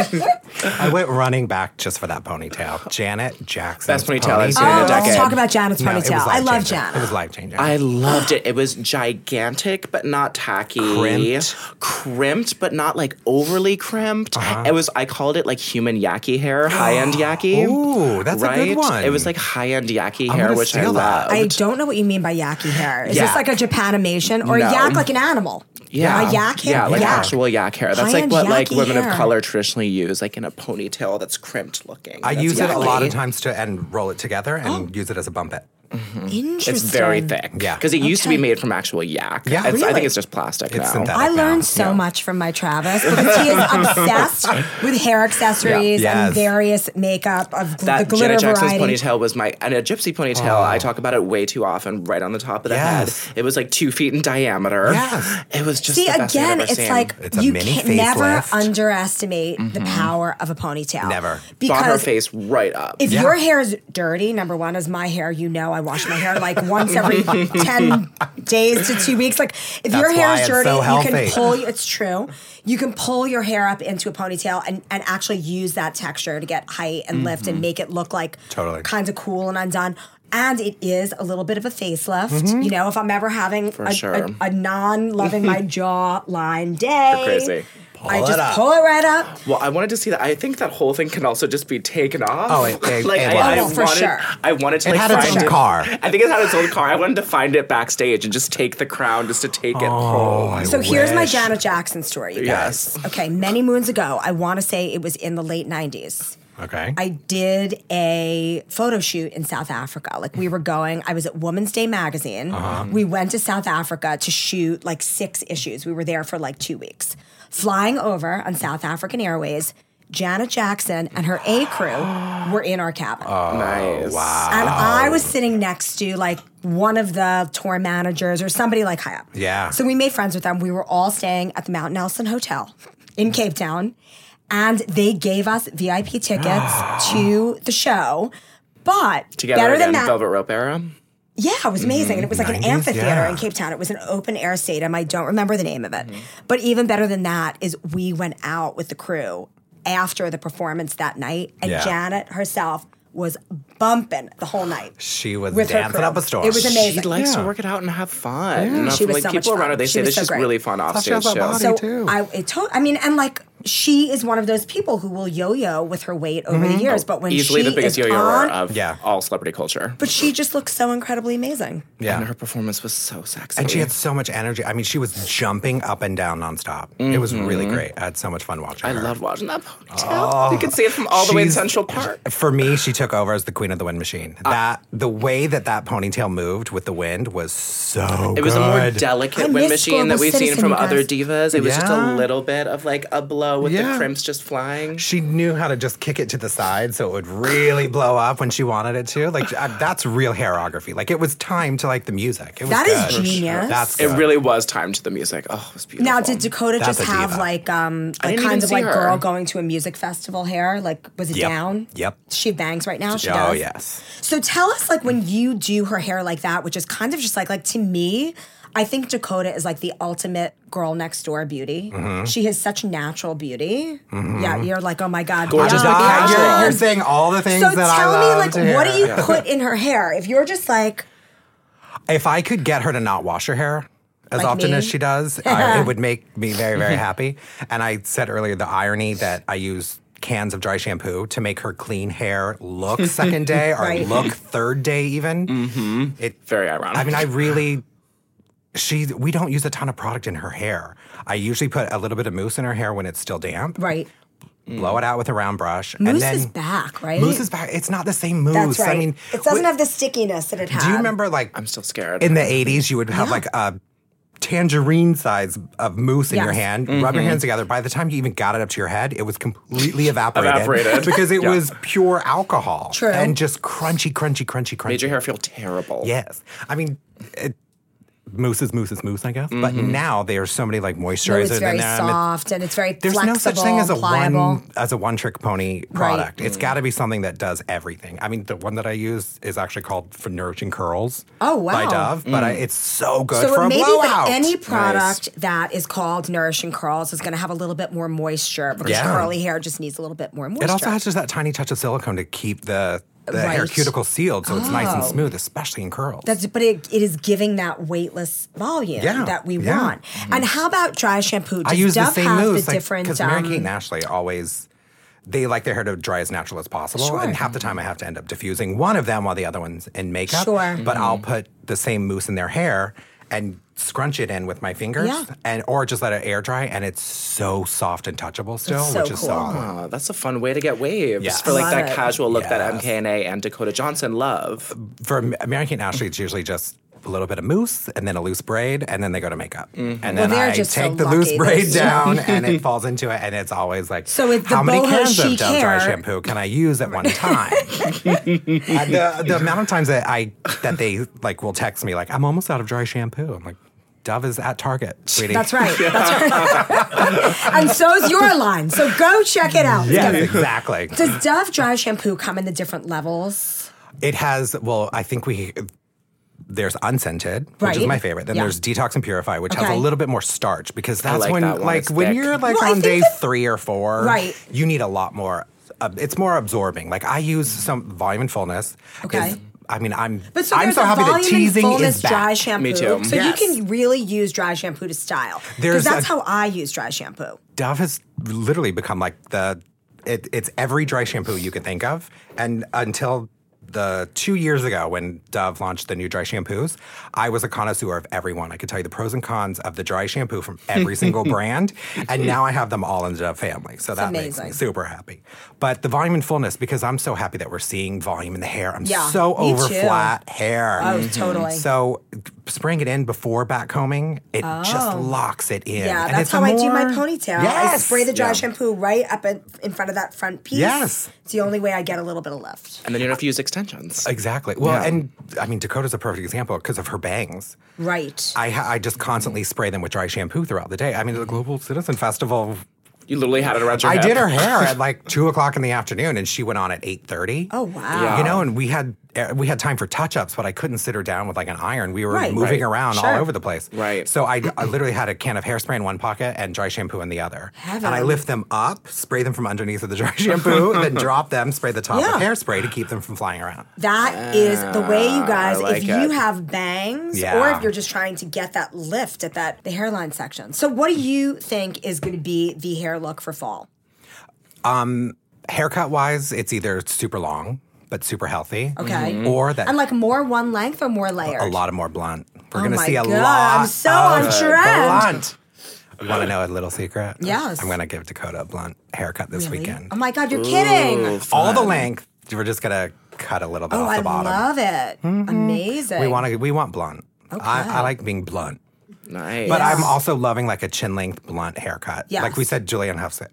[SPEAKER 5] I went running back just for that ponytail. Janet Jackson.
[SPEAKER 4] Best ponytail I've seen in a
[SPEAKER 3] oh,
[SPEAKER 4] decade.
[SPEAKER 3] let's talk about Janet's
[SPEAKER 5] No, it was
[SPEAKER 3] ponytail. I love
[SPEAKER 5] life-changing.
[SPEAKER 3] Janet.
[SPEAKER 5] It was life changing.
[SPEAKER 4] I loved it. It was gigantic but not tacky.
[SPEAKER 5] Crimped.
[SPEAKER 4] Crimped, but not like overly crimped.
[SPEAKER 5] Uh-huh.
[SPEAKER 4] It was I called it like human yaki hair, high-end yaki.
[SPEAKER 5] Ooh, that's a good
[SPEAKER 4] right?
[SPEAKER 5] one.
[SPEAKER 4] It was like high-end yaki
[SPEAKER 5] I'm
[SPEAKER 4] hair,
[SPEAKER 5] gonna
[SPEAKER 4] which I
[SPEAKER 5] steal that.
[SPEAKER 4] loved.
[SPEAKER 3] I don't know what you mean by yaki hair. Is
[SPEAKER 4] Yak.
[SPEAKER 3] this like a Japanimation or
[SPEAKER 4] No.
[SPEAKER 3] a yak like an animal?
[SPEAKER 4] Yeah,
[SPEAKER 3] a yak hair.
[SPEAKER 4] Yeah, like
[SPEAKER 3] yak.
[SPEAKER 4] actual yak hair. That's
[SPEAKER 3] High-end
[SPEAKER 4] like what like
[SPEAKER 3] yaki
[SPEAKER 4] women
[SPEAKER 3] hair.
[SPEAKER 4] of color traditionally use, like in a ponytail that's crimped looking.
[SPEAKER 5] I
[SPEAKER 4] That's
[SPEAKER 5] use it a
[SPEAKER 4] yaki.
[SPEAKER 3] Oh.
[SPEAKER 5] lot of times to and roll it together and use it as a bump it.
[SPEAKER 3] Interesting.
[SPEAKER 4] It's very thick.
[SPEAKER 5] Yeah.
[SPEAKER 4] Because it used to be
[SPEAKER 3] Okay.
[SPEAKER 4] made from actual yak.
[SPEAKER 5] Yeah,
[SPEAKER 4] It's- I
[SPEAKER 5] really?
[SPEAKER 4] think it's just plastic now.
[SPEAKER 5] It's synthetic.
[SPEAKER 3] I
[SPEAKER 5] now.
[SPEAKER 3] learned so much from my Travis because he is obsessed with hair accessories
[SPEAKER 5] Yeah.
[SPEAKER 3] and
[SPEAKER 5] Yes.
[SPEAKER 3] various makeup of gl- the
[SPEAKER 4] That
[SPEAKER 3] glitter
[SPEAKER 4] Janet Jackson's
[SPEAKER 3] variety.
[SPEAKER 4] ponytail was my and a gypsy ponytail. I talk about it way too often. Right on the top of the
[SPEAKER 5] Oh. Yes.
[SPEAKER 4] head, it was like two feet in diameter.
[SPEAKER 5] Yes.
[SPEAKER 4] it was just
[SPEAKER 3] See,
[SPEAKER 4] the best thing I've
[SPEAKER 3] again,
[SPEAKER 4] ever
[SPEAKER 3] it's
[SPEAKER 4] seen.
[SPEAKER 3] like
[SPEAKER 5] It's a
[SPEAKER 3] you
[SPEAKER 5] mini
[SPEAKER 3] can never
[SPEAKER 5] facelift.
[SPEAKER 3] underestimate the
[SPEAKER 4] Mm-hmm.
[SPEAKER 3] power of a ponytail.
[SPEAKER 5] Never.
[SPEAKER 4] brought her
[SPEAKER 3] Because
[SPEAKER 4] face right up.
[SPEAKER 3] if
[SPEAKER 5] Yeah.
[SPEAKER 3] your hair is dirty, number one, as my hair, you know I wash my hair like once every 10 days to two weeks. Like, if your
[SPEAKER 5] That's
[SPEAKER 3] hair
[SPEAKER 5] why
[SPEAKER 3] is
[SPEAKER 5] it's
[SPEAKER 3] dirty,
[SPEAKER 5] so
[SPEAKER 3] you can
[SPEAKER 5] healthy.
[SPEAKER 3] pull, it's true, you can pull your hair up into a ponytail and, and actually use that texture to get height and lift and make it look like
[SPEAKER 5] Mm-hmm. Totally.
[SPEAKER 3] kind of cool and undone. And it is a little bit of a facelift.
[SPEAKER 5] Mm-hmm.
[SPEAKER 3] You know, if I'm ever having a,
[SPEAKER 4] sure.
[SPEAKER 3] non loving my jawline day,
[SPEAKER 4] crazy.
[SPEAKER 3] I
[SPEAKER 5] Pull it
[SPEAKER 3] just
[SPEAKER 5] up.
[SPEAKER 3] pull it right up.
[SPEAKER 4] well, I wanted to see that. I think that whole thing can also just be taken off.
[SPEAKER 5] Oh, it- it-
[SPEAKER 4] like
[SPEAKER 5] it
[SPEAKER 4] I, I
[SPEAKER 3] was. Oh, for
[SPEAKER 4] wanted,
[SPEAKER 3] sure.
[SPEAKER 4] I wanted to
[SPEAKER 5] It
[SPEAKER 4] like
[SPEAKER 5] had its
[SPEAKER 4] find
[SPEAKER 5] own
[SPEAKER 4] it.
[SPEAKER 5] car.
[SPEAKER 4] I think it had its own car. I wanted to find it backstage and just take the crown, just to take it
[SPEAKER 5] Oh,
[SPEAKER 4] home.
[SPEAKER 3] So here's my
[SPEAKER 5] wish.
[SPEAKER 3] Janet Jackson story, you
[SPEAKER 4] Yes.
[SPEAKER 3] guys. Okay, many moons ago, I want to say it was in the late 90s.
[SPEAKER 5] Okay.
[SPEAKER 3] I did a photo shoot in South Africa. Like we were going, I was at Woman's Day magazine. We went to South Africa to shoot like six issues. We were there for like two weeks. Flying over on South African Airways, Janet Jackson and her A crew were in our cabin.
[SPEAKER 4] nice. Wow.
[SPEAKER 5] Oh.
[SPEAKER 3] And I was sitting next to like one of the tour managers or somebody like high up.
[SPEAKER 5] Yeah.
[SPEAKER 3] So we made friends with them. We were all staying at the Mount Nelson Hotel
[SPEAKER 5] Mm.
[SPEAKER 3] in Cape Town. And they gave us VIP tickets to the show. But
[SPEAKER 4] Together
[SPEAKER 3] better
[SPEAKER 4] again,
[SPEAKER 3] than that.
[SPEAKER 4] Velvet Rope era.
[SPEAKER 3] Yeah, it was amazing. and it was like an
[SPEAKER 5] 90s?
[SPEAKER 3] amphitheater
[SPEAKER 5] Mm-hmm. Yeah. Mm-hmm.
[SPEAKER 3] in Cape Town. It was an open air stadium. I don't remember the name of it. But even better than that is we went out with the crew after the performance that night, and
[SPEAKER 5] Yeah.
[SPEAKER 3] Janet herself was bumping the whole night.
[SPEAKER 5] she was
[SPEAKER 3] with her
[SPEAKER 5] dancing
[SPEAKER 3] crew.
[SPEAKER 5] up a storm.
[SPEAKER 3] It was amazing.
[SPEAKER 4] She likes
[SPEAKER 5] Yeah.
[SPEAKER 4] to work it out and have fun. And, uh,
[SPEAKER 3] She was
[SPEAKER 4] like
[SPEAKER 3] so much
[SPEAKER 4] people
[SPEAKER 3] fun.
[SPEAKER 4] around her, they
[SPEAKER 3] She
[SPEAKER 4] say
[SPEAKER 3] was
[SPEAKER 4] that
[SPEAKER 3] so
[SPEAKER 4] she's
[SPEAKER 3] great.
[SPEAKER 4] really fun
[SPEAKER 5] Plus, she
[SPEAKER 4] offstage
[SPEAKER 5] has
[SPEAKER 4] shows.
[SPEAKER 5] that body.
[SPEAKER 3] so
[SPEAKER 5] too.
[SPEAKER 3] I it told. I mean, and like she is one of those people who will yo-yo with her weight over
[SPEAKER 5] Mm-hmm.
[SPEAKER 3] the years, but when
[SPEAKER 4] Easily
[SPEAKER 3] she
[SPEAKER 4] the biggest
[SPEAKER 3] is
[SPEAKER 4] yo-yoer
[SPEAKER 3] on,
[SPEAKER 4] of
[SPEAKER 5] Yeah.
[SPEAKER 4] all celebrity culture.
[SPEAKER 3] but she just looks so incredibly amazing.
[SPEAKER 5] yeah.
[SPEAKER 4] And her performance was so sexy.
[SPEAKER 5] And she had so much energy. I mean, she was jumping up and down nonstop. It was really great. I had so much fun watching
[SPEAKER 4] Mm-hmm. I
[SPEAKER 5] her.
[SPEAKER 4] love watching that ponytail. you can see it from all the way in
[SPEAKER 5] She's-
[SPEAKER 4] Central Park. Uh,
[SPEAKER 5] For me, she took over as the queen of the wind machine. that the way that that ponytail moved with the wind was so.
[SPEAKER 4] It was a more
[SPEAKER 3] I
[SPEAKER 4] delicate wind
[SPEAKER 3] miss
[SPEAKER 4] machine that
[SPEAKER 3] Global
[SPEAKER 4] we've seen
[SPEAKER 3] Citizen,
[SPEAKER 4] from
[SPEAKER 3] you guys.
[SPEAKER 4] other divas. It was just a
[SPEAKER 5] Yeah.
[SPEAKER 4] little bit of like a blow with the
[SPEAKER 5] Yeah.
[SPEAKER 4] crimps just flying.
[SPEAKER 5] She knew how to just kick it to the side so it would really blow up when she wanted it to. Like I, that's real hairography. Like it was time to like the music. It was
[SPEAKER 3] That is
[SPEAKER 5] good.
[SPEAKER 3] genius.
[SPEAKER 5] That's
[SPEAKER 4] It
[SPEAKER 5] good.
[SPEAKER 4] really was timed to the music. Oh, it was beautiful.
[SPEAKER 3] Now, did Dakota
[SPEAKER 5] That's
[SPEAKER 3] just
[SPEAKER 5] a
[SPEAKER 3] have
[SPEAKER 5] diva.
[SPEAKER 3] like um
[SPEAKER 4] didn't
[SPEAKER 3] like
[SPEAKER 4] even
[SPEAKER 3] kind of
[SPEAKER 4] see
[SPEAKER 3] like
[SPEAKER 4] her.
[SPEAKER 3] girl going to a music festival hair? Like, was it
[SPEAKER 5] Yep.
[SPEAKER 3] down?
[SPEAKER 5] Yep.
[SPEAKER 3] She bangs right now. She
[SPEAKER 5] Oh
[SPEAKER 3] does.
[SPEAKER 5] yes.
[SPEAKER 3] So tell us, like, when you do her hair like that, which is kind of just like, like to me, I think Dakota is like the ultimate girl next door beauty.
[SPEAKER 5] Mm-hmm.
[SPEAKER 3] She has such natural beauty. Yeah, you're like, oh my god,
[SPEAKER 4] Gorgeous
[SPEAKER 3] yeah, yeah.
[SPEAKER 4] but
[SPEAKER 5] God,
[SPEAKER 4] casual.
[SPEAKER 5] you're, you're saying all the things
[SPEAKER 3] So
[SPEAKER 5] that I
[SPEAKER 3] tell me,
[SPEAKER 5] love
[SPEAKER 3] like,
[SPEAKER 5] to
[SPEAKER 3] what do
[SPEAKER 5] hear.
[SPEAKER 3] you put in her hair? If you're just like,
[SPEAKER 5] If I could get her to not wash her hair as
[SPEAKER 3] Like
[SPEAKER 5] often
[SPEAKER 3] me?
[SPEAKER 5] as she does, I, it would make me very, very happy. And I said earlier the irony that I use cans of dry shampoo to make her clean hair look second day or
[SPEAKER 3] Right.
[SPEAKER 5] look third day, even. Mm-hmm. It,
[SPEAKER 4] Very ironic.
[SPEAKER 5] I mean, I really. She, we don't use a ton of product in her hair. I usually put a little bit of mousse in her hair when it's still damp.
[SPEAKER 3] right,
[SPEAKER 5] Blow it out with a round brush,
[SPEAKER 3] moose
[SPEAKER 5] and then
[SPEAKER 3] is back, right?
[SPEAKER 5] mousse is back. It's not the same mousse.
[SPEAKER 3] That's right.
[SPEAKER 5] I mean,
[SPEAKER 3] it doesn't
[SPEAKER 5] wh-
[SPEAKER 3] have the stickiness that it had.
[SPEAKER 5] do you remember like
[SPEAKER 4] I'm still scared.
[SPEAKER 5] in the 80s, you would have like a tangerine size of mousse in your
[SPEAKER 3] Yes.
[SPEAKER 5] hand,
[SPEAKER 4] Mm-hmm.
[SPEAKER 5] rub your hands together. By the time you even got it up to your head, it was completely evaporated.
[SPEAKER 4] Evaporated.
[SPEAKER 5] because it
[SPEAKER 4] Yeah.
[SPEAKER 5] was pure alcohol.
[SPEAKER 3] True.
[SPEAKER 5] And just crunchy, crunchy, crunchy, crunchy.
[SPEAKER 4] Made your hair feel terrible.
[SPEAKER 5] Yes. I mean, it, mousse is mousse is mousse, I guess. But
[SPEAKER 4] Mm-hmm.
[SPEAKER 5] now there's so many like
[SPEAKER 3] No,
[SPEAKER 5] moisturizers
[SPEAKER 3] it's very
[SPEAKER 5] in there. and it's-
[SPEAKER 3] soft and it's very
[SPEAKER 5] There's
[SPEAKER 3] flexible,
[SPEAKER 5] no such thing as a
[SPEAKER 3] pliable. Mm.
[SPEAKER 5] one as a one trick pony product. It's got to be something that does everything. I mean, the one that I use is actually called for nourishing curls.
[SPEAKER 3] Oh,
[SPEAKER 5] By
[SPEAKER 3] wow.
[SPEAKER 5] Dove, but I, it's so good
[SPEAKER 3] So
[SPEAKER 5] for
[SPEAKER 3] it
[SPEAKER 5] a
[SPEAKER 3] may be
[SPEAKER 5] blowout.
[SPEAKER 3] like any product that is called Nourish and Curls is going to have a little bit more moisture because
[SPEAKER 5] Yeah.
[SPEAKER 3] curly hair just needs a little bit more moisture.
[SPEAKER 5] it also has just that tiny touch of silicone to keep the the hair
[SPEAKER 3] Right.
[SPEAKER 5] cuticle sealed, so it's nice and
[SPEAKER 3] Oh.
[SPEAKER 5] smooth, especially in curls.
[SPEAKER 3] That's, but it, it is giving that weightless volume
[SPEAKER 5] Yeah,
[SPEAKER 3] that we
[SPEAKER 5] yeah.
[SPEAKER 3] want. And how about dry shampoo? Does
[SPEAKER 5] I use
[SPEAKER 3] Dove
[SPEAKER 5] the same
[SPEAKER 3] have
[SPEAKER 5] mousse
[SPEAKER 3] the different? um,
[SPEAKER 5] because Mary Kate and Ashley always they like their hair to dry as natural as possible, and half the time I have to end up diffusing one of them while the other one's in makeup.
[SPEAKER 3] Sure.
[SPEAKER 5] but I'll put the same mousse in their hair. and scrunch it in with my fingers
[SPEAKER 3] Yeah.
[SPEAKER 5] and or just let it air dry and it's so soft and touchable still,
[SPEAKER 3] so
[SPEAKER 5] which is so
[SPEAKER 3] cool.
[SPEAKER 5] awesome.
[SPEAKER 4] Wow, that's a fun way to get waves
[SPEAKER 5] Yes.
[SPEAKER 4] for like
[SPEAKER 3] Love
[SPEAKER 4] that
[SPEAKER 3] it.
[SPEAKER 4] casual look that
[SPEAKER 5] Yes.
[SPEAKER 4] MKNA and Dakota Johnson love.
[SPEAKER 5] For Am- American Ashley, it's usually just a little bit of mousse and then a loose braid and then they go to makeup. And then
[SPEAKER 3] Mm-hmm. they're
[SPEAKER 5] I take
[SPEAKER 3] just so
[SPEAKER 5] the
[SPEAKER 3] lucky.
[SPEAKER 5] loose
[SPEAKER 3] They're
[SPEAKER 5] braid
[SPEAKER 3] so
[SPEAKER 5] down and it falls into it and it's always like
[SPEAKER 3] So with the
[SPEAKER 5] how many
[SPEAKER 3] boho
[SPEAKER 5] cans of
[SPEAKER 3] chic
[SPEAKER 5] Dove dry
[SPEAKER 3] hair-
[SPEAKER 5] shampoo can I use at one time? And the, the amount of times that I that they like will text me like I'm almost out of dry shampoo. I'm like Dove is at Target, sweetie.
[SPEAKER 3] That's right. That's right. and so's your line. So go check it out.
[SPEAKER 5] Yes, exactly.
[SPEAKER 3] Does Dove dry shampoo come in the different levels?
[SPEAKER 5] It has, well, I think we, there's unscented, which is
[SPEAKER 3] Right.
[SPEAKER 5] my favorite. Then
[SPEAKER 3] Yeah.
[SPEAKER 5] there's detox and purify, which has a
[SPEAKER 3] Okay.
[SPEAKER 5] little bit more starch because that's
[SPEAKER 4] like
[SPEAKER 5] when,
[SPEAKER 4] that one.
[SPEAKER 5] like,
[SPEAKER 4] It's
[SPEAKER 5] when
[SPEAKER 4] thick.
[SPEAKER 5] you're like
[SPEAKER 3] Well, I
[SPEAKER 5] on
[SPEAKER 3] think
[SPEAKER 5] day
[SPEAKER 3] that-
[SPEAKER 5] three or four,
[SPEAKER 3] Right.
[SPEAKER 5] you need a lot more. Uh, it's more absorbing. Like, I use some volume and fullness. is-
[SPEAKER 3] Okay.
[SPEAKER 5] I mean, I'm,
[SPEAKER 3] But so
[SPEAKER 5] I'm
[SPEAKER 3] there's
[SPEAKER 5] so
[SPEAKER 3] a
[SPEAKER 5] happy
[SPEAKER 3] volume
[SPEAKER 5] that teasing
[SPEAKER 3] and fullness
[SPEAKER 5] is back.
[SPEAKER 3] dry shampoo.
[SPEAKER 4] Me too.
[SPEAKER 3] So
[SPEAKER 5] Yes.
[SPEAKER 3] you can really use dry shampoo to style. Because
[SPEAKER 5] There's
[SPEAKER 3] that's
[SPEAKER 5] a-
[SPEAKER 3] how I use dry shampoo. Oh,
[SPEAKER 5] Dove has literally become like the it, it's every dry shampoo you could think of, and until the two years ago when Dove launched the new dry shampoos, I was a connoisseur of everyone. I could tell you the pros and cons of the dry shampoo from every single brand, and now I have them all in the Dove family. So that makes me
[SPEAKER 3] amazing.
[SPEAKER 5] super happy. But the volume and fullness, because I'm so happy that we're seeing volume in the hair. I'm
[SPEAKER 3] Yeah,
[SPEAKER 5] so
[SPEAKER 3] me
[SPEAKER 5] over
[SPEAKER 3] too.
[SPEAKER 5] flat hair.
[SPEAKER 3] Oh, totally.
[SPEAKER 5] Mm-hmm. So spraying it in before backcombing, it just locks it in.
[SPEAKER 3] Oh. Yeah,
[SPEAKER 5] And
[SPEAKER 3] that's
[SPEAKER 5] it's a
[SPEAKER 3] how I do my
[SPEAKER 5] more-
[SPEAKER 3] ponytail. I
[SPEAKER 5] Yes.
[SPEAKER 3] spray the dry
[SPEAKER 4] Yeah.
[SPEAKER 3] shampoo right up in, in front of that front piece.
[SPEAKER 5] Yes.
[SPEAKER 3] It's the only way I get a little bit of lift.
[SPEAKER 4] And then you don't have to use extensions.
[SPEAKER 5] Exactly. Well,
[SPEAKER 4] Yeah.
[SPEAKER 5] and I mean Dakota's a perfect example because of her bangs.
[SPEAKER 3] Right.
[SPEAKER 5] I ha- I just constantly spray them with dry shampoo throughout the day. I mean, at the Global Citizen Festival,
[SPEAKER 4] You literally had it around your
[SPEAKER 5] I
[SPEAKER 4] hip.
[SPEAKER 5] did her hair at like two o'clock in the afternoon, and she went on at eight thirty.
[SPEAKER 3] oh, wow.
[SPEAKER 4] Yeah.
[SPEAKER 5] You know, and we had uh, we had time for touch ups, but I couldn't sit her down with like an iron. We were
[SPEAKER 3] Right.
[SPEAKER 5] moving
[SPEAKER 4] Right.
[SPEAKER 5] around
[SPEAKER 3] Sure.
[SPEAKER 5] all over the place.
[SPEAKER 4] Right.
[SPEAKER 5] So I, I literally had a can of hairspray in one pocket and dry shampoo in the other.
[SPEAKER 3] Heaven.
[SPEAKER 5] And I lift them up, spray them from underneath of the dry shampoo, then drop them, spray the top with
[SPEAKER 3] Yeah.
[SPEAKER 5] hairspray to keep them from flying around.
[SPEAKER 3] That is the way,
[SPEAKER 5] Ah,
[SPEAKER 3] you guys.
[SPEAKER 4] like
[SPEAKER 3] if you
[SPEAKER 4] it.
[SPEAKER 3] have bangs, or
[SPEAKER 5] Yeah.
[SPEAKER 3] if you're just trying to get that lift at that the hairline section. So, what do you think is going to be the hair look for fall?
[SPEAKER 5] Haircut wise, it's either super long but super healthy.
[SPEAKER 3] Okay. Mhm.
[SPEAKER 5] Or that
[SPEAKER 3] And like more one length or more layered?
[SPEAKER 5] a lot of more blunt. We're
[SPEAKER 3] Oh
[SPEAKER 5] gonna
[SPEAKER 3] my
[SPEAKER 5] see a
[SPEAKER 3] God,
[SPEAKER 5] lot
[SPEAKER 3] I'm so
[SPEAKER 5] of
[SPEAKER 3] on trend.
[SPEAKER 5] blunt. Want to know a little secret?
[SPEAKER 3] Yes.
[SPEAKER 5] I'm gonna give Dakota a blunt haircut this
[SPEAKER 3] Really?
[SPEAKER 5] weekend.
[SPEAKER 3] Oh my god, you're kidding!
[SPEAKER 5] All the length. We're just gonna cut a little bit
[SPEAKER 3] Oh,
[SPEAKER 5] off
[SPEAKER 3] I
[SPEAKER 5] the bottom. Mm-hmm.
[SPEAKER 3] love it. Amazing.
[SPEAKER 5] we want to. We want blunt. I, I like being blunt,
[SPEAKER 4] Nice.
[SPEAKER 5] but I'm also loving like a chin length blunt haircut.
[SPEAKER 3] Yes.
[SPEAKER 5] Like we said, Julianne Huffs it.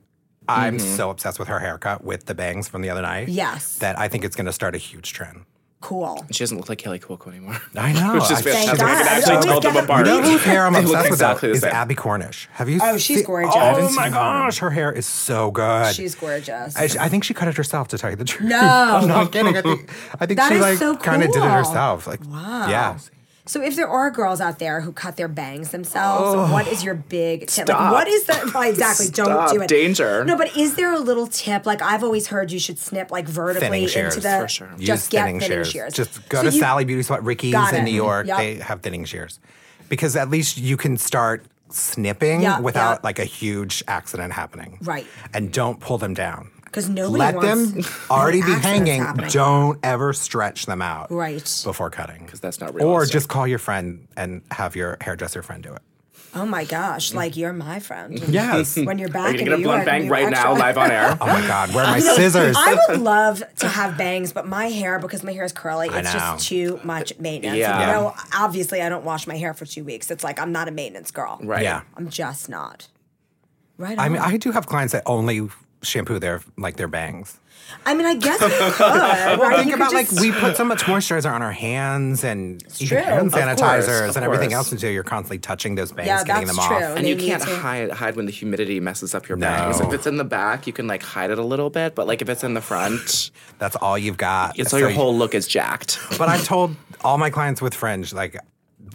[SPEAKER 5] I'm so obsessed with her haircut with the bangs from the other night.
[SPEAKER 3] Yes.
[SPEAKER 5] That I think it's gonna start a huge trend.
[SPEAKER 3] cool.
[SPEAKER 4] she doesn't look like Kelly Cuoco anymore.
[SPEAKER 5] I know.
[SPEAKER 4] Which is
[SPEAKER 5] I-
[SPEAKER 4] fantastic.
[SPEAKER 3] God.
[SPEAKER 4] I can
[SPEAKER 3] I
[SPEAKER 4] actually
[SPEAKER 3] always get
[SPEAKER 4] tell them
[SPEAKER 3] them-
[SPEAKER 4] apart.
[SPEAKER 5] You know whose hair I'm
[SPEAKER 4] They look
[SPEAKER 5] obsessed
[SPEAKER 4] exactly the
[SPEAKER 5] with though, is
[SPEAKER 4] same.
[SPEAKER 5] Abby Cornish. Have you?
[SPEAKER 3] Oh, she's gorgeous.
[SPEAKER 5] Oh,
[SPEAKER 3] I haven't seen
[SPEAKER 5] my
[SPEAKER 3] her.
[SPEAKER 5] gosh, her hair is so good.
[SPEAKER 3] She's gorgeous.
[SPEAKER 5] I, I think she cut it herself. To tell you the truth,
[SPEAKER 3] No.
[SPEAKER 5] I'm not kidding. I think, I think
[SPEAKER 3] That
[SPEAKER 5] she
[SPEAKER 3] is
[SPEAKER 5] like
[SPEAKER 3] so
[SPEAKER 5] kind of did it
[SPEAKER 3] cool.
[SPEAKER 5] herself. Like, wow. Yeah.
[SPEAKER 3] so, if there are girls out there who cut their bangs themselves, what is your big tip? Like,
[SPEAKER 4] Oh, Stop.
[SPEAKER 3] what is the well, exactly?
[SPEAKER 4] Stop.
[SPEAKER 3] Don't do it.
[SPEAKER 4] Danger.
[SPEAKER 3] No, but is there a little tip? Like I've always heard, you should snip like vertically
[SPEAKER 5] Thinning shears,
[SPEAKER 3] into the
[SPEAKER 5] for sure.
[SPEAKER 3] just
[SPEAKER 5] Use
[SPEAKER 3] get
[SPEAKER 5] thinning shears. Just go
[SPEAKER 3] So
[SPEAKER 5] to
[SPEAKER 3] you-
[SPEAKER 5] Sally Beauty Spot, Ricky's
[SPEAKER 3] Got
[SPEAKER 5] in
[SPEAKER 3] it.
[SPEAKER 5] New York.
[SPEAKER 3] Yep.
[SPEAKER 5] They have thinning shears because at least you can start snipping
[SPEAKER 3] Yeah,
[SPEAKER 5] without
[SPEAKER 3] yeah.
[SPEAKER 5] like a huge accident happening.
[SPEAKER 3] Right.
[SPEAKER 5] And don't pull them down.
[SPEAKER 3] 'Cause nobody
[SPEAKER 5] let them
[SPEAKER 3] wants
[SPEAKER 5] already be
[SPEAKER 3] accidents
[SPEAKER 5] hanging.
[SPEAKER 3] happening.
[SPEAKER 5] Don't ever stretch them out.
[SPEAKER 3] Right.
[SPEAKER 5] Before cutting, because
[SPEAKER 4] that's not
[SPEAKER 5] Or
[SPEAKER 4] realistic.
[SPEAKER 5] just call your friend and have your hairdresser friend do it.
[SPEAKER 3] Oh my gosh! Like you're my friend.
[SPEAKER 5] Yes.
[SPEAKER 3] When you're
[SPEAKER 4] Are
[SPEAKER 3] back
[SPEAKER 4] you
[SPEAKER 3] in
[SPEAKER 4] going to get a
[SPEAKER 3] New
[SPEAKER 4] blunt
[SPEAKER 3] York,
[SPEAKER 4] bang
[SPEAKER 3] you're
[SPEAKER 4] right now,
[SPEAKER 3] extra-
[SPEAKER 4] live on air?
[SPEAKER 5] Oh my God, where are my scissors?
[SPEAKER 3] I would love to have bangs, but my hair because my hair is curly, it's
[SPEAKER 5] know.
[SPEAKER 3] just too much maintenance.
[SPEAKER 4] Yeah.
[SPEAKER 3] You know, obviously I don't wash my hair for two weeks. It's like I'm not a maintenance girl.
[SPEAKER 4] Right.
[SPEAKER 5] Yeah.
[SPEAKER 3] I'm just not. Right.
[SPEAKER 5] I
[SPEAKER 3] on.
[SPEAKER 5] mean, I do have clients that only shampoo their like their bangs.
[SPEAKER 3] I mean, I guess you could. Right?
[SPEAKER 5] Think
[SPEAKER 3] You could
[SPEAKER 5] about like
[SPEAKER 3] just-
[SPEAKER 5] we put so much moisturizer on our hands and even
[SPEAKER 3] true.
[SPEAKER 5] hand
[SPEAKER 3] Of course,
[SPEAKER 5] sanitizers
[SPEAKER 4] of
[SPEAKER 5] and everything
[SPEAKER 4] course.
[SPEAKER 5] else until you're constantly touching those bangs,
[SPEAKER 3] Yeah,
[SPEAKER 5] getting
[SPEAKER 3] that's
[SPEAKER 5] them off.
[SPEAKER 3] true.
[SPEAKER 4] And you
[SPEAKER 3] They need
[SPEAKER 4] can't
[SPEAKER 3] to-
[SPEAKER 4] hide hide when the humidity messes up your bangs.
[SPEAKER 5] No.
[SPEAKER 4] If it's in the back, you can like hide it a little bit, but like if it's in the front,
[SPEAKER 5] That's all you've got.
[SPEAKER 4] it's
[SPEAKER 5] So
[SPEAKER 4] all your
[SPEAKER 5] you-
[SPEAKER 4] whole look is jacked.
[SPEAKER 5] But I've told all my clients with fringe like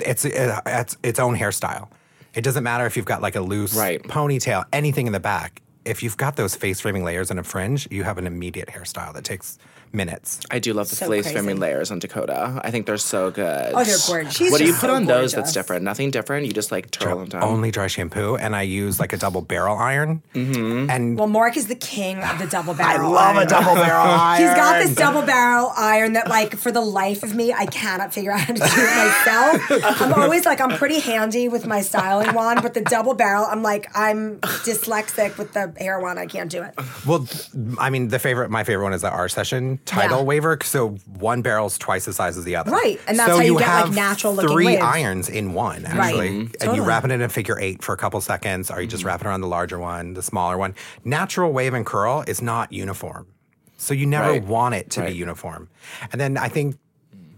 [SPEAKER 5] it's it, it's its own hairstyle. It doesn't matter if you've got like a loose
[SPEAKER 4] Right.
[SPEAKER 5] ponytail, anything in the back. if you've got those face framing layers and a fringe, you have an immediate hairstyle that takes minutes.
[SPEAKER 4] I do love the
[SPEAKER 3] So
[SPEAKER 4] face
[SPEAKER 3] crazy.
[SPEAKER 4] framing layers on Dakota. I think they're so good.
[SPEAKER 3] Oh, they're gorgeous.
[SPEAKER 4] what do you
[SPEAKER 3] She's
[SPEAKER 4] put
[SPEAKER 3] so
[SPEAKER 4] on those that's
[SPEAKER 3] gorgeous.
[SPEAKER 4] different? Nothing different. You just like twirl them down.
[SPEAKER 5] Only dry shampoo, and I use like a double barrel iron. And
[SPEAKER 3] Well, Mark is the king of the double barrel. iron.
[SPEAKER 5] barrel iron.
[SPEAKER 3] He's got this double barrel iron that, like, for the life of me, I cannot figure out how to do it myself. I'm always like, I'm pretty handy with my styling wand, but the double barrel, I'm like, I'm dyslexic with the hair wand. I can't do it.
[SPEAKER 5] Well, th- I mean, the favorite, my favorite one is the R session title
[SPEAKER 3] Yeah.
[SPEAKER 5] waiver. So one barrel's twice the size as the other.
[SPEAKER 3] Right, and that's how you get, like,
[SPEAKER 5] have
[SPEAKER 3] natural-looking
[SPEAKER 5] Three
[SPEAKER 3] wigs.
[SPEAKER 5] irons in one, actually,
[SPEAKER 4] Mm-hmm.
[SPEAKER 3] Mhm.
[SPEAKER 5] and
[SPEAKER 3] Totally. Mm-hmm.
[SPEAKER 5] you wrap it in a figure eight for a couple seconds. Are you just wrapping around the larger one, the smaller one? Natural wave and curl is not uniform, so you never
[SPEAKER 4] Right.
[SPEAKER 5] want it to
[SPEAKER 4] Right.
[SPEAKER 5] be uniform. And then I think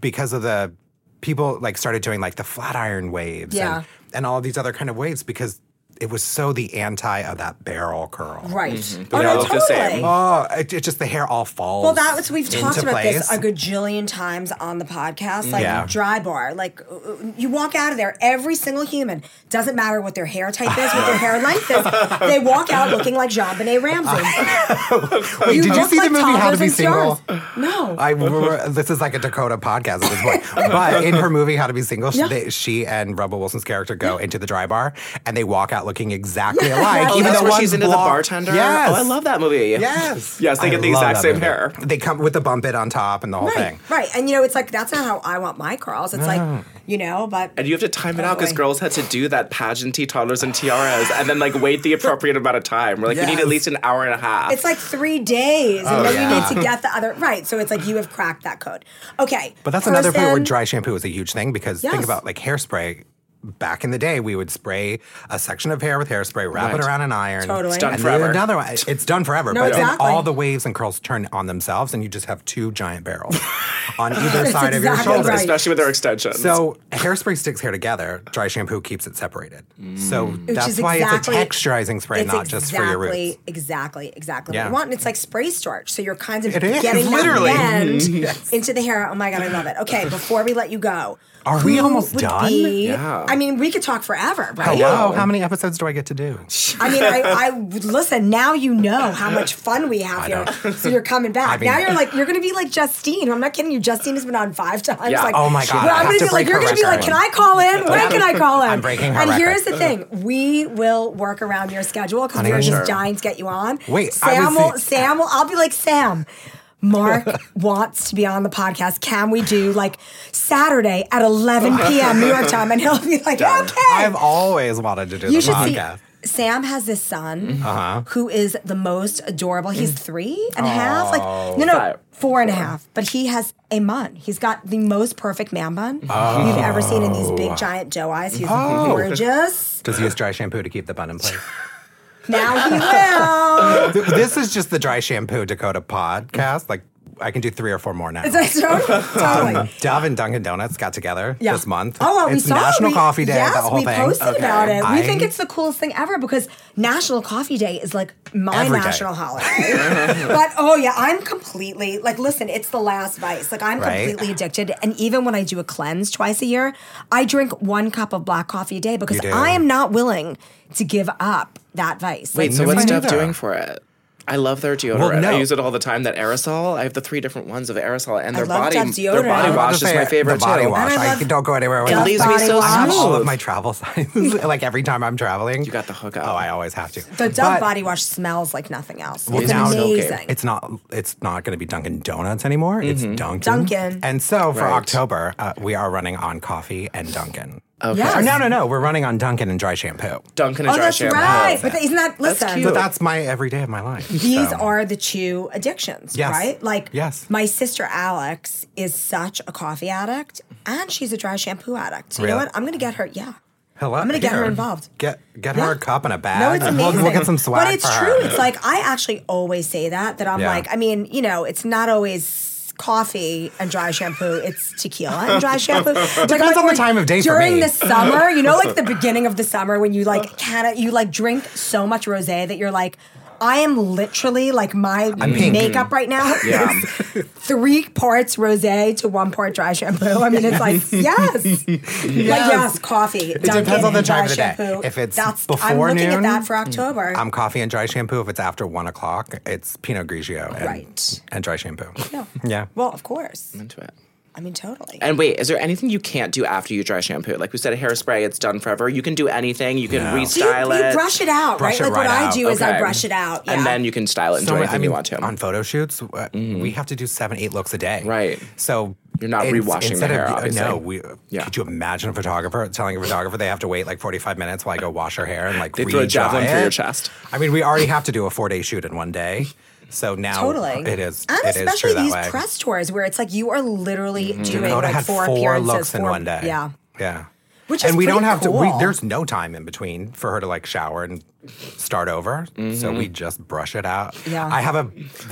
[SPEAKER 5] because of the people like started doing like the flat iron waves,
[SPEAKER 3] Yeah.
[SPEAKER 5] and, and all of these other kind of waves because it was so the anti of that barrel curl,
[SPEAKER 3] Right.
[SPEAKER 4] But they all look the same.
[SPEAKER 5] Oh, it, it just the hair all falls.
[SPEAKER 3] Well, that's we've talked
[SPEAKER 5] into
[SPEAKER 3] about this a
[SPEAKER 5] place.
[SPEAKER 3] gajillion times on the podcast. Like
[SPEAKER 5] Yeah.
[SPEAKER 3] dry bar, like uh, you walk out of there, every single human doesn't matter what their hair type is, what their hair length is, they walk out looking like Jean Benet Ramsey.
[SPEAKER 5] Wait, did you
[SPEAKER 3] look
[SPEAKER 5] see
[SPEAKER 3] like
[SPEAKER 5] the movie How to
[SPEAKER 3] toddlers
[SPEAKER 5] Be
[SPEAKER 3] and
[SPEAKER 5] Single? Oh,
[SPEAKER 3] stars. No,
[SPEAKER 5] I remember- this is like a Dakota podcast at this point. But in her movie How to Be Single, she,
[SPEAKER 3] Yeah.
[SPEAKER 5] they, she and Rebel Wilson's character go into the dry bar and they walk out looking exactly alike.
[SPEAKER 4] Oh,
[SPEAKER 5] even
[SPEAKER 4] that's
[SPEAKER 5] though
[SPEAKER 4] where
[SPEAKER 5] one's
[SPEAKER 4] she's into the
[SPEAKER 5] blonde-
[SPEAKER 4] bartender.
[SPEAKER 5] Yes.
[SPEAKER 4] Oh, I love that movie.
[SPEAKER 5] Yes.
[SPEAKER 4] Yes, they
[SPEAKER 5] I
[SPEAKER 4] get the
[SPEAKER 5] love
[SPEAKER 4] exact
[SPEAKER 5] that
[SPEAKER 4] same
[SPEAKER 5] movie.
[SPEAKER 4] hair.
[SPEAKER 5] They come with the bump it on top and the whole
[SPEAKER 3] right,
[SPEAKER 5] thing.
[SPEAKER 3] right, and you know it's like that's not how I want my curls. It's like you know, but
[SPEAKER 4] And you have to time it out because
[SPEAKER 3] Totally.
[SPEAKER 4] girls had to do that pageanty toddlers and tiaras and then like wait the appropriate amount of time. We're like, we need at
[SPEAKER 5] Yes.
[SPEAKER 4] least an hour and a half.
[SPEAKER 3] it's like three days, and then you
[SPEAKER 5] Oh, yeah.
[SPEAKER 3] need to get the other right. So it's like you have cracked that code. Okay,
[SPEAKER 5] But that's another point where
[SPEAKER 3] person-
[SPEAKER 5] dry shampoo is a huge thing because
[SPEAKER 3] Yes.
[SPEAKER 5] think about like hairspray. Back in the day, we would spray a section of hair with hairspray, wrap it
[SPEAKER 4] Right.
[SPEAKER 5] around an iron.
[SPEAKER 3] Totally. It's
[SPEAKER 4] done
[SPEAKER 5] and then
[SPEAKER 4] forever.
[SPEAKER 5] Another one. It's done forever.
[SPEAKER 3] No,
[SPEAKER 5] but then
[SPEAKER 3] exactly.
[SPEAKER 5] all the waves and curls turn on themselves, and you just have two giant barrels on either
[SPEAKER 3] That's
[SPEAKER 5] side of your
[SPEAKER 3] exactly
[SPEAKER 5] shoulders.
[SPEAKER 3] right.
[SPEAKER 4] especially with their extensions.
[SPEAKER 5] So hairspray sticks hair together. Dry shampoo keeps it separated. So
[SPEAKER 4] Mm.
[SPEAKER 5] Mm. that's
[SPEAKER 3] is
[SPEAKER 5] why
[SPEAKER 3] exactly-
[SPEAKER 5] it's a texturizing spray,
[SPEAKER 3] It's
[SPEAKER 5] not just for your
[SPEAKER 3] exactly-
[SPEAKER 5] roots.
[SPEAKER 3] Exactly, exactly what
[SPEAKER 5] Yeah.
[SPEAKER 3] you want. And it's like spray starch. So you're kind of
[SPEAKER 5] It is,
[SPEAKER 3] getting
[SPEAKER 5] literally. Mm.
[SPEAKER 3] that blend into the hair. Oh my God, I love it. Okay, before we let you go.
[SPEAKER 5] Are we
[SPEAKER 3] who
[SPEAKER 5] almost
[SPEAKER 3] would
[SPEAKER 5] done?
[SPEAKER 3] be-
[SPEAKER 4] Yeah.
[SPEAKER 3] I mean, we could talk forever, right?
[SPEAKER 5] Hello, how many episodes do I get to do?
[SPEAKER 3] I mean, I, I would- listen. Now you know how much fun we have here, so you're coming back.
[SPEAKER 5] I mean-
[SPEAKER 3] now you're like you're going to be like Justine. I'm not kidding you. Justine has been on five times.
[SPEAKER 4] Yeah.
[SPEAKER 3] Like,
[SPEAKER 5] Oh my God,
[SPEAKER 3] Well,
[SPEAKER 5] I
[SPEAKER 3] I'm
[SPEAKER 5] have
[SPEAKER 3] gonna
[SPEAKER 5] to
[SPEAKER 3] be like
[SPEAKER 5] break
[SPEAKER 3] you're
[SPEAKER 5] her
[SPEAKER 3] going to be like,
[SPEAKER 5] record.
[SPEAKER 3] can I call in? When can I call in?
[SPEAKER 5] I'm breaking her
[SPEAKER 3] And
[SPEAKER 5] record.
[SPEAKER 3] here's the thing: we will work around your schedule because
[SPEAKER 5] Honey,
[SPEAKER 3] we're
[SPEAKER 5] I'm
[SPEAKER 3] just
[SPEAKER 5] sure.
[SPEAKER 3] dying to get you on.
[SPEAKER 5] Wait, I
[SPEAKER 3] Sam
[SPEAKER 5] was
[SPEAKER 3] will.
[SPEAKER 5] thi-
[SPEAKER 3] Sam will. I'll be like Sam. Mark wants to be on the podcast. Can we do like Saturday at 11 p.m. New York time? And he'll be like, okay.
[SPEAKER 5] I've always wanted to do
[SPEAKER 3] You
[SPEAKER 5] the
[SPEAKER 3] should
[SPEAKER 5] podcast.
[SPEAKER 3] see. Sam has this son who is the most adorable. He's three and a half, like no, no,
[SPEAKER 4] Five.
[SPEAKER 3] four and a half. But he has a mun. He's got the most perfect man bun you've ever seen in these big giant doe eyes. He's gorgeous.
[SPEAKER 5] Just use dry shampoo to keep the bun in place.
[SPEAKER 3] Now he will.
[SPEAKER 5] Th- this is just the dry shampoo Dakota podcast. Like I can do three or four more now.
[SPEAKER 3] It's like, totally.
[SPEAKER 5] Um, Dove and Dunkin' Donuts got together
[SPEAKER 3] Yeah.
[SPEAKER 5] this month.
[SPEAKER 3] Oh, well, we
[SPEAKER 5] it's
[SPEAKER 3] saw it.
[SPEAKER 5] National
[SPEAKER 3] We-
[SPEAKER 5] Coffee Day.
[SPEAKER 3] Yes,
[SPEAKER 5] that whole
[SPEAKER 3] we
[SPEAKER 5] thing.
[SPEAKER 3] posted
[SPEAKER 5] Okay.
[SPEAKER 3] about it. we
[SPEAKER 5] I-
[SPEAKER 3] think it's the coolest thing ever because National Coffee Day is like my
[SPEAKER 5] Every day.
[SPEAKER 3] national holiday. but oh yeah, I'm completely like listen, it's the last vice. Like I'm
[SPEAKER 5] Right.
[SPEAKER 3] completely addicted, and even when I do a cleanse twice a year, I drink one cup of black coffee a day because
[SPEAKER 5] do.
[SPEAKER 3] I am not willing to give up that vice.
[SPEAKER 4] Wait,
[SPEAKER 3] Like,
[SPEAKER 4] so
[SPEAKER 5] No,
[SPEAKER 4] what's
[SPEAKER 5] mine
[SPEAKER 4] Dove
[SPEAKER 5] either.
[SPEAKER 4] doing for it? I love their deodorant. I
[SPEAKER 5] no.
[SPEAKER 4] use it all the time. That aerosol. I have the three different ones of aerosol, and their
[SPEAKER 3] love
[SPEAKER 4] body,
[SPEAKER 3] Dove's
[SPEAKER 4] their
[SPEAKER 3] deodorant.
[SPEAKER 5] I
[SPEAKER 4] body
[SPEAKER 5] was about to
[SPEAKER 4] wash is
[SPEAKER 5] say,
[SPEAKER 4] my favorite
[SPEAKER 5] The body
[SPEAKER 4] too.
[SPEAKER 5] wash.
[SPEAKER 3] And I
[SPEAKER 5] I,
[SPEAKER 3] love
[SPEAKER 5] don't go anywhere
[SPEAKER 4] It
[SPEAKER 5] without
[SPEAKER 4] leaves
[SPEAKER 5] that.
[SPEAKER 4] me
[SPEAKER 3] Body
[SPEAKER 4] so
[SPEAKER 3] wash.
[SPEAKER 5] I have all
[SPEAKER 4] smooth.
[SPEAKER 5] of my travel sizes. like every time I'm traveling, you
[SPEAKER 4] got the hookup.
[SPEAKER 5] Oh, I always have to.
[SPEAKER 3] the Dove
[SPEAKER 5] But
[SPEAKER 3] body wash smells like nothing else.
[SPEAKER 5] Well,
[SPEAKER 3] it's
[SPEAKER 5] now-
[SPEAKER 3] amazing.
[SPEAKER 5] It's not. It's not going to be Dunkin' Donuts anymore. It's Dunkin'.
[SPEAKER 3] Dunkin'.
[SPEAKER 5] And so
[SPEAKER 4] Mm-hmm.
[SPEAKER 5] for
[SPEAKER 4] Right.
[SPEAKER 5] October, uh, we are running on coffee and Dunkin'.
[SPEAKER 4] Okay.
[SPEAKER 3] Yes.
[SPEAKER 5] Or no, no, no. We're running on Dunkin' and dry shampoo.
[SPEAKER 4] Dunkin' and
[SPEAKER 3] Oh,
[SPEAKER 4] dry
[SPEAKER 3] that's
[SPEAKER 4] shampoo.
[SPEAKER 3] right. But isn't that listen?
[SPEAKER 4] cute.
[SPEAKER 5] But that's my every day of my life.
[SPEAKER 3] These
[SPEAKER 5] so.
[SPEAKER 3] are the two addictions,
[SPEAKER 5] Yes.
[SPEAKER 3] right? Like,
[SPEAKER 5] Yes.
[SPEAKER 3] my sister Alex is such a coffee addict and she's a dry shampoo addict. You know
[SPEAKER 5] Really?
[SPEAKER 3] what? I'm going to get her, yeah.
[SPEAKER 5] Hello,
[SPEAKER 3] I'm gonna get her
[SPEAKER 5] here.
[SPEAKER 3] involved.
[SPEAKER 5] Get get
[SPEAKER 3] Yeah.
[SPEAKER 5] her a cup and a bag.
[SPEAKER 3] No, it's
[SPEAKER 5] and we'll-
[SPEAKER 3] amazing.
[SPEAKER 5] We'll, get some swag.
[SPEAKER 3] But it's
[SPEAKER 5] for
[SPEAKER 3] true.
[SPEAKER 5] her.
[SPEAKER 3] It's like, I actually always say that, that I'm
[SPEAKER 5] Yeah.
[SPEAKER 3] like, I mean, you know, it's not always coffee and dry shampoo, it's tequila and dry shampoo. It's like,
[SPEAKER 5] Depends
[SPEAKER 3] like,
[SPEAKER 5] on the
[SPEAKER 3] when-
[SPEAKER 5] time of day for
[SPEAKER 3] During
[SPEAKER 5] me.
[SPEAKER 3] the summer, you know, like the beginning of the summer when you like, can you like drink so much rosé that you're like, I am literally like my
[SPEAKER 5] pink. Mm-hmm.
[SPEAKER 3] makeup right now.
[SPEAKER 4] Yeah.
[SPEAKER 3] is three parts rosé to one part dry shampoo. I mean, it's like yes, like yes, coffee. It
[SPEAKER 5] depends on the time of the day. If it's
[SPEAKER 3] I'm
[SPEAKER 5] before
[SPEAKER 3] looking at
[SPEAKER 5] noon,
[SPEAKER 3] that for October.
[SPEAKER 5] I'm Um, coffee and dry shampoo. If it's after one o'clock, it's Pinot Grigio and,
[SPEAKER 3] Right.
[SPEAKER 5] and dry shampoo.
[SPEAKER 3] No.
[SPEAKER 5] Yeah.
[SPEAKER 3] Well, of course.
[SPEAKER 4] into it.
[SPEAKER 3] I mean, totally.
[SPEAKER 4] And wait, is there anything you can't do after you dry shampoo? Like we said, hairspray, it's done forever. You can do anything. You can
[SPEAKER 5] No.
[SPEAKER 3] Do you,
[SPEAKER 4] restyle
[SPEAKER 3] you
[SPEAKER 4] it.
[SPEAKER 3] brush it out,
[SPEAKER 5] Brush
[SPEAKER 3] right? like
[SPEAKER 5] it
[SPEAKER 3] what
[SPEAKER 5] right
[SPEAKER 3] I
[SPEAKER 5] out.
[SPEAKER 3] do is I
[SPEAKER 4] Okay.
[SPEAKER 3] brush it out, yeah.
[SPEAKER 4] And then you can style it and do anything you want to.
[SPEAKER 5] on photo shoots, uh, we have to do seven, eight looks a day.
[SPEAKER 4] Right.
[SPEAKER 5] So
[SPEAKER 4] You're not
[SPEAKER 5] it's-
[SPEAKER 4] rewashing the
[SPEAKER 5] instead
[SPEAKER 4] hair,
[SPEAKER 5] Of, uh,
[SPEAKER 4] obviously.
[SPEAKER 5] No. We,
[SPEAKER 4] Yeah.
[SPEAKER 5] Could you imagine a photographer telling a photographer they have to wait like 45 minutes while I go wash her hair and like
[SPEAKER 4] They throw a
[SPEAKER 5] re-dry
[SPEAKER 4] javelin through
[SPEAKER 5] it?
[SPEAKER 4] your chest.
[SPEAKER 5] I mean, we already have to do a four day shoot in one day. So now
[SPEAKER 3] totally.
[SPEAKER 5] it is.
[SPEAKER 3] And
[SPEAKER 5] it is
[SPEAKER 3] especially
[SPEAKER 5] true that
[SPEAKER 3] these
[SPEAKER 5] way. Mm-hmm.
[SPEAKER 3] press tours where it's like you are literally doing
[SPEAKER 5] Dakota
[SPEAKER 3] like
[SPEAKER 5] had
[SPEAKER 3] four,
[SPEAKER 5] four,
[SPEAKER 3] appearances,
[SPEAKER 5] looks in
[SPEAKER 3] four-
[SPEAKER 5] one day.
[SPEAKER 3] Yeah.
[SPEAKER 5] yeah.
[SPEAKER 3] Which is
[SPEAKER 5] and we don't
[SPEAKER 3] pretty
[SPEAKER 5] have to.
[SPEAKER 3] cool.
[SPEAKER 5] We, there's no time in between for her to like shower and start over. So we just brush it out.
[SPEAKER 3] Yeah.
[SPEAKER 5] I have a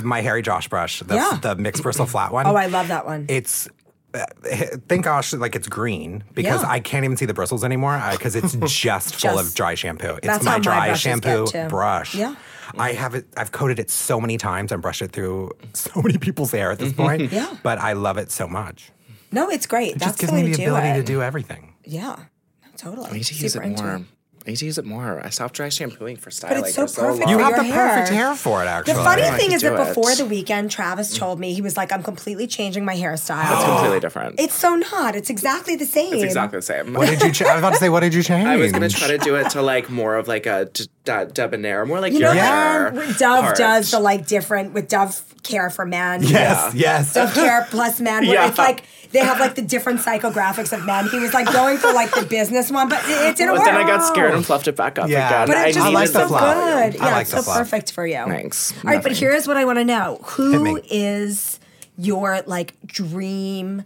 [SPEAKER 5] my Harry Josh brush. The,
[SPEAKER 3] Yeah.
[SPEAKER 5] the mixed bristle flat one.
[SPEAKER 3] Oh, I love that one.
[SPEAKER 5] It's uh, thank gosh like it's green because
[SPEAKER 3] Yeah.
[SPEAKER 5] I can't even see the bristles anymore because it's just full
[SPEAKER 3] Just-
[SPEAKER 5] of dry shampoo. It's
[SPEAKER 3] that's how
[SPEAKER 5] my
[SPEAKER 3] my
[SPEAKER 5] dry
[SPEAKER 3] brushes
[SPEAKER 5] shampoo
[SPEAKER 3] get, too.
[SPEAKER 5] brush.
[SPEAKER 3] Yeah.
[SPEAKER 5] I have it. I've coated it so many times and brushed it through so many people's hair at this point.
[SPEAKER 3] Yeah.
[SPEAKER 5] But I love it so much.
[SPEAKER 3] no, it's great.
[SPEAKER 5] It
[SPEAKER 3] That's
[SPEAKER 5] just gives
[SPEAKER 3] the way
[SPEAKER 5] me the
[SPEAKER 3] to do
[SPEAKER 5] ability
[SPEAKER 3] it.
[SPEAKER 5] to do everything.
[SPEAKER 3] Yeah. No, totally.
[SPEAKER 4] I need to use
[SPEAKER 3] Super
[SPEAKER 4] it
[SPEAKER 3] into
[SPEAKER 4] more. I need to use it more. I stopped dry shampooing for styling
[SPEAKER 3] it's so
[SPEAKER 4] for so
[SPEAKER 3] perfect
[SPEAKER 4] long.
[SPEAKER 5] You
[SPEAKER 3] for
[SPEAKER 5] have
[SPEAKER 3] your
[SPEAKER 5] the perfect
[SPEAKER 3] hair.
[SPEAKER 5] hair for it,
[SPEAKER 3] The
[SPEAKER 5] actually.
[SPEAKER 3] funny
[SPEAKER 4] I
[SPEAKER 3] thing
[SPEAKER 4] could
[SPEAKER 3] is that
[SPEAKER 4] do it.
[SPEAKER 3] before the weekend, Travis told me he was like, "I'm completely changing my hairstyle."
[SPEAKER 4] It's completely different.
[SPEAKER 3] It's so not. It's exactly the same.
[SPEAKER 4] It's exactly the same.
[SPEAKER 5] What did you? Cha- I was about to say, what did you change?
[SPEAKER 4] I was gonna try to do it to like more of like a d- da- debonair, more like
[SPEAKER 3] You know,
[SPEAKER 4] your
[SPEAKER 5] Yeah.
[SPEAKER 3] yeah.
[SPEAKER 4] hair.
[SPEAKER 3] Dove does the
[SPEAKER 4] part.
[SPEAKER 3] like different with Dove Care for Men.
[SPEAKER 5] Yes, yes.
[SPEAKER 3] Dove Care Plus Men. Where
[SPEAKER 4] Yeah.
[SPEAKER 3] It's like they have like the different psychographics of men. He was like going for like the business one, but it, it didn't
[SPEAKER 4] But
[SPEAKER 3] work.
[SPEAKER 4] Oh, then I got scared and fluffed it back up
[SPEAKER 5] Yeah.
[SPEAKER 4] again.
[SPEAKER 3] But
[SPEAKER 5] I
[SPEAKER 3] it just
[SPEAKER 5] needed
[SPEAKER 3] looks
[SPEAKER 5] the
[SPEAKER 3] so
[SPEAKER 5] fluff.
[SPEAKER 3] good.
[SPEAKER 5] I
[SPEAKER 3] Yeah,
[SPEAKER 5] like
[SPEAKER 3] it's
[SPEAKER 5] the
[SPEAKER 3] so
[SPEAKER 5] fluff.
[SPEAKER 3] perfect for you.
[SPEAKER 4] Thanks.
[SPEAKER 3] All right, but
[SPEAKER 4] Nothing.
[SPEAKER 3] here's what I want to know: Who
[SPEAKER 5] me.
[SPEAKER 3] is your like dream?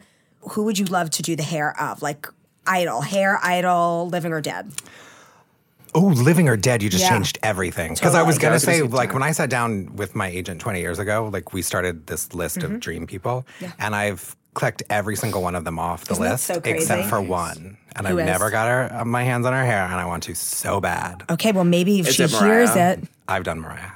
[SPEAKER 3] Who would you love to do the hair of? Like idol, hair idol, living or dead?
[SPEAKER 5] Oh, living or dead, you just
[SPEAKER 3] Yeah.
[SPEAKER 5] changed everything. Because I was
[SPEAKER 3] Totally.
[SPEAKER 4] I
[SPEAKER 5] going to
[SPEAKER 4] was gonna
[SPEAKER 5] say,
[SPEAKER 4] say
[SPEAKER 5] like,
[SPEAKER 4] dead.
[SPEAKER 5] when I sat down with my agent 20 years ago, like, we started this list
[SPEAKER 3] Mm-hmm.
[SPEAKER 5] of dream people, and I've clicked every single one of them off the
[SPEAKER 3] that
[SPEAKER 5] list
[SPEAKER 3] so crazy?
[SPEAKER 5] except for one. And
[SPEAKER 3] Who
[SPEAKER 5] I've
[SPEAKER 3] is?
[SPEAKER 5] never got her, uh, my hands on her hair, and I want to so bad.
[SPEAKER 3] Okay, well maybe if
[SPEAKER 4] Is
[SPEAKER 3] she
[SPEAKER 4] it Mariah?
[SPEAKER 3] hears it,
[SPEAKER 5] I've done Mariah.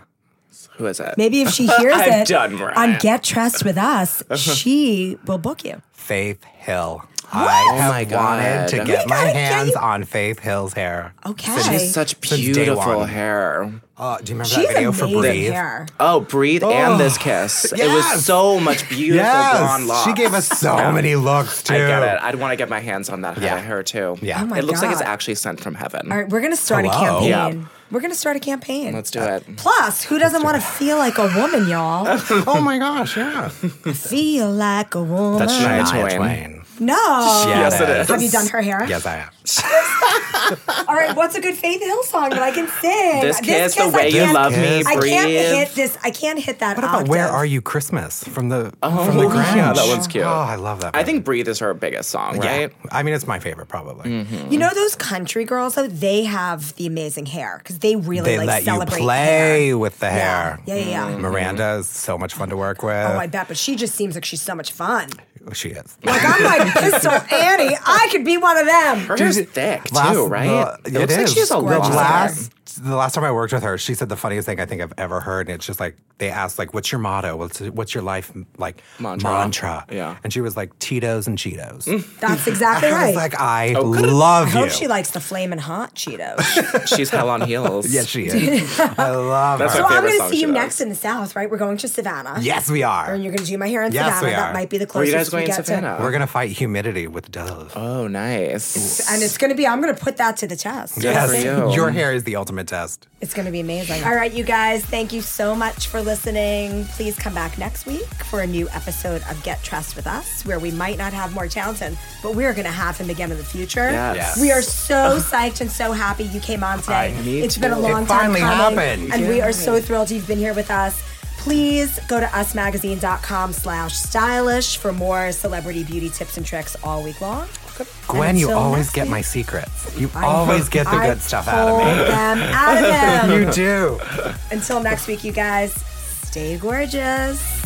[SPEAKER 4] Who is it?
[SPEAKER 3] maybe if she hears
[SPEAKER 4] I'm
[SPEAKER 3] it
[SPEAKER 4] done, Mariah.
[SPEAKER 3] on Get Dressed with Us,
[SPEAKER 5] Uh-huh.
[SPEAKER 3] she will book you.
[SPEAKER 5] Faith Hill.
[SPEAKER 3] Oh
[SPEAKER 5] I have
[SPEAKER 4] my
[SPEAKER 5] wanted to
[SPEAKER 4] God.
[SPEAKER 5] get my
[SPEAKER 3] gotta get
[SPEAKER 5] hands
[SPEAKER 3] you-
[SPEAKER 5] on Faith Hill's hair.
[SPEAKER 3] Okay,
[SPEAKER 5] Since-
[SPEAKER 4] She's such
[SPEAKER 5] Since day
[SPEAKER 4] beautiful
[SPEAKER 5] one.
[SPEAKER 4] hair.
[SPEAKER 5] Uh, do you remember
[SPEAKER 3] she's
[SPEAKER 5] that video for
[SPEAKER 3] amazing
[SPEAKER 5] Breathe?
[SPEAKER 3] hair.
[SPEAKER 4] Oh, breathe
[SPEAKER 5] Oh.
[SPEAKER 4] and this kiss. It was
[SPEAKER 5] Yes.
[SPEAKER 4] so much beautiful blonde
[SPEAKER 5] Yes,
[SPEAKER 4] locks.
[SPEAKER 5] she gave us so many looks too.
[SPEAKER 4] I get it. I'd want to get my hands on that
[SPEAKER 5] Yeah.
[SPEAKER 4] hair too.
[SPEAKER 5] Yeah. Oh my
[SPEAKER 4] it looks like it's
[SPEAKER 3] God.
[SPEAKER 4] actually sent from heaven.
[SPEAKER 3] All right, we're gonna start a
[SPEAKER 5] Hello?
[SPEAKER 3] campaign.
[SPEAKER 4] Yeah.
[SPEAKER 3] We're gonna start a campaign.
[SPEAKER 4] Let's do
[SPEAKER 5] Uh,
[SPEAKER 4] it.
[SPEAKER 3] Plus, who doesn't want to feel like a woman, y'all?
[SPEAKER 5] oh my gosh, yeah.
[SPEAKER 3] feel like a woman.
[SPEAKER 5] That's
[SPEAKER 4] Shania
[SPEAKER 5] Shania Twain.
[SPEAKER 4] Twain.
[SPEAKER 3] no.
[SPEAKER 5] Yes,
[SPEAKER 4] it is.
[SPEAKER 3] Have you done her hair?
[SPEAKER 5] Yes, I have.
[SPEAKER 3] All right, what's a good Faith Hill song that I can sing?
[SPEAKER 4] This kiss, the
[SPEAKER 3] I
[SPEAKER 4] way you
[SPEAKER 3] can't-
[SPEAKER 4] love me,
[SPEAKER 5] kiss.
[SPEAKER 3] I
[SPEAKER 4] breathe.
[SPEAKER 3] can't hit this. I can't hit that.
[SPEAKER 5] What about Where Are You Christmas from the from the Grinch?
[SPEAKER 4] Oh, yeah, that one's cute.
[SPEAKER 5] Oh, I love that.
[SPEAKER 4] I
[SPEAKER 5] one.
[SPEAKER 4] think breathe is her biggest song,
[SPEAKER 5] Yeah.
[SPEAKER 4] right?
[SPEAKER 5] I mean, it's my favorite probably.
[SPEAKER 4] Mm-hmm.
[SPEAKER 3] You know those country girls though? They have the amazing hair because they really
[SPEAKER 5] They
[SPEAKER 3] like
[SPEAKER 5] let you
[SPEAKER 3] celebrate
[SPEAKER 5] play
[SPEAKER 3] hair.
[SPEAKER 5] with the
[SPEAKER 3] Yeah.
[SPEAKER 5] hair.
[SPEAKER 3] Yeah, yeah, yeah.
[SPEAKER 5] Miranda is so much fun to work with.
[SPEAKER 3] Oh, I bet. But she just seems like she's so much fun.
[SPEAKER 5] she is.
[SPEAKER 3] Like I'm like Pistol Annie. I could be one of them.
[SPEAKER 4] Her hair's thick too, right?
[SPEAKER 5] the-
[SPEAKER 4] it looks
[SPEAKER 5] it
[SPEAKER 4] like
[SPEAKER 5] is.
[SPEAKER 4] she has a
[SPEAKER 5] the
[SPEAKER 4] lot. of hair.
[SPEAKER 5] last, the last time I worked with her, she said the funniest thing I think I've ever heard, and it's just like they asked, like, "What's your motto? What's what's your life like
[SPEAKER 4] Mantra.
[SPEAKER 5] mantra?"
[SPEAKER 4] Yeah. Mm.
[SPEAKER 5] and she was like, "Tito's and Cheetos."
[SPEAKER 3] That's exactly
[SPEAKER 5] I
[SPEAKER 3] right.
[SPEAKER 5] was like, "I
[SPEAKER 4] Oh,
[SPEAKER 5] love
[SPEAKER 3] I
[SPEAKER 5] you."
[SPEAKER 3] hope she likes the flaming hot Cheetos.
[SPEAKER 4] She's hell on heels.
[SPEAKER 5] yes, she is. I love
[SPEAKER 4] That's
[SPEAKER 5] her.
[SPEAKER 3] so I'm
[SPEAKER 4] favorite
[SPEAKER 3] going to
[SPEAKER 4] song
[SPEAKER 3] see
[SPEAKER 4] she
[SPEAKER 3] you
[SPEAKER 4] does.
[SPEAKER 3] next in the South, right? We're going to Savannah.
[SPEAKER 5] yes, we are.
[SPEAKER 3] And you're going to do my hair in
[SPEAKER 5] Yes,
[SPEAKER 3] Savannah.
[SPEAKER 5] we
[SPEAKER 3] That
[SPEAKER 5] are.
[SPEAKER 3] might be the
[SPEAKER 4] Were
[SPEAKER 3] closest
[SPEAKER 4] you guys
[SPEAKER 3] we
[SPEAKER 4] going
[SPEAKER 3] get
[SPEAKER 4] to Savannah?
[SPEAKER 5] We're gonna fight humidity with Dove.
[SPEAKER 4] oh, nice.
[SPEAKER 3] to. And it's going to be, I'm going to put that to the test.
[SPEAKER 4] Yes.
[SPEAKER 5] yes,
[SPEAKER 4] for you.
[SPEAKER 5] your hair is the ultimate test.
[SPEAKER 3] It's going to be amazing. All right, you guys, thank you so much for listening. Please come back next week for a new episode of Get Trust with Us, where we might not have more Townsend, but we're going to have him again in the future.
[SPEAKER 4] Yes. Yes.
[SPEAKER 3] We are so psyched and so happy you came on today.
[SPEAKER 5] I-
[SPEAKER 4] me
[SPEAKER 3] It's been a
[SPEAKER 4] too.
[SPEAKER 3] long
[SPEAKER 5] It
[SPEAKER 3] time
[SPEAKER 5] finally
[SPEAKER 3] coming,
[SPEAKER 5] happened.
[SPEAKER 3] and we are so thrilled you've been here with us. Please go to usmagazine.com slash stylish for more celebrity beauty tips and tricks all week long.
[SPEAKER 5] Gwen, you
[SPEAKER 3] Until
[SPEAKER 5] always
[SPEAKER 3] next
[SPEAKER 5] get
[SPEAKER 3] week.
[SPEAKER 5] my secrets. You
[SPEAKER 3] I
[SPEAKER 5] always
[SPEAKER 3] hope
[SPEAKER 5] get the
[SPEAKER 3] I
[SPEAKER 5] good stuff out of me.
[SPEAKER 3] pull them out of them.
[SPEAKER 5] You do.
[SPEAKER 3] Until next week, you guys, stay gorgeous.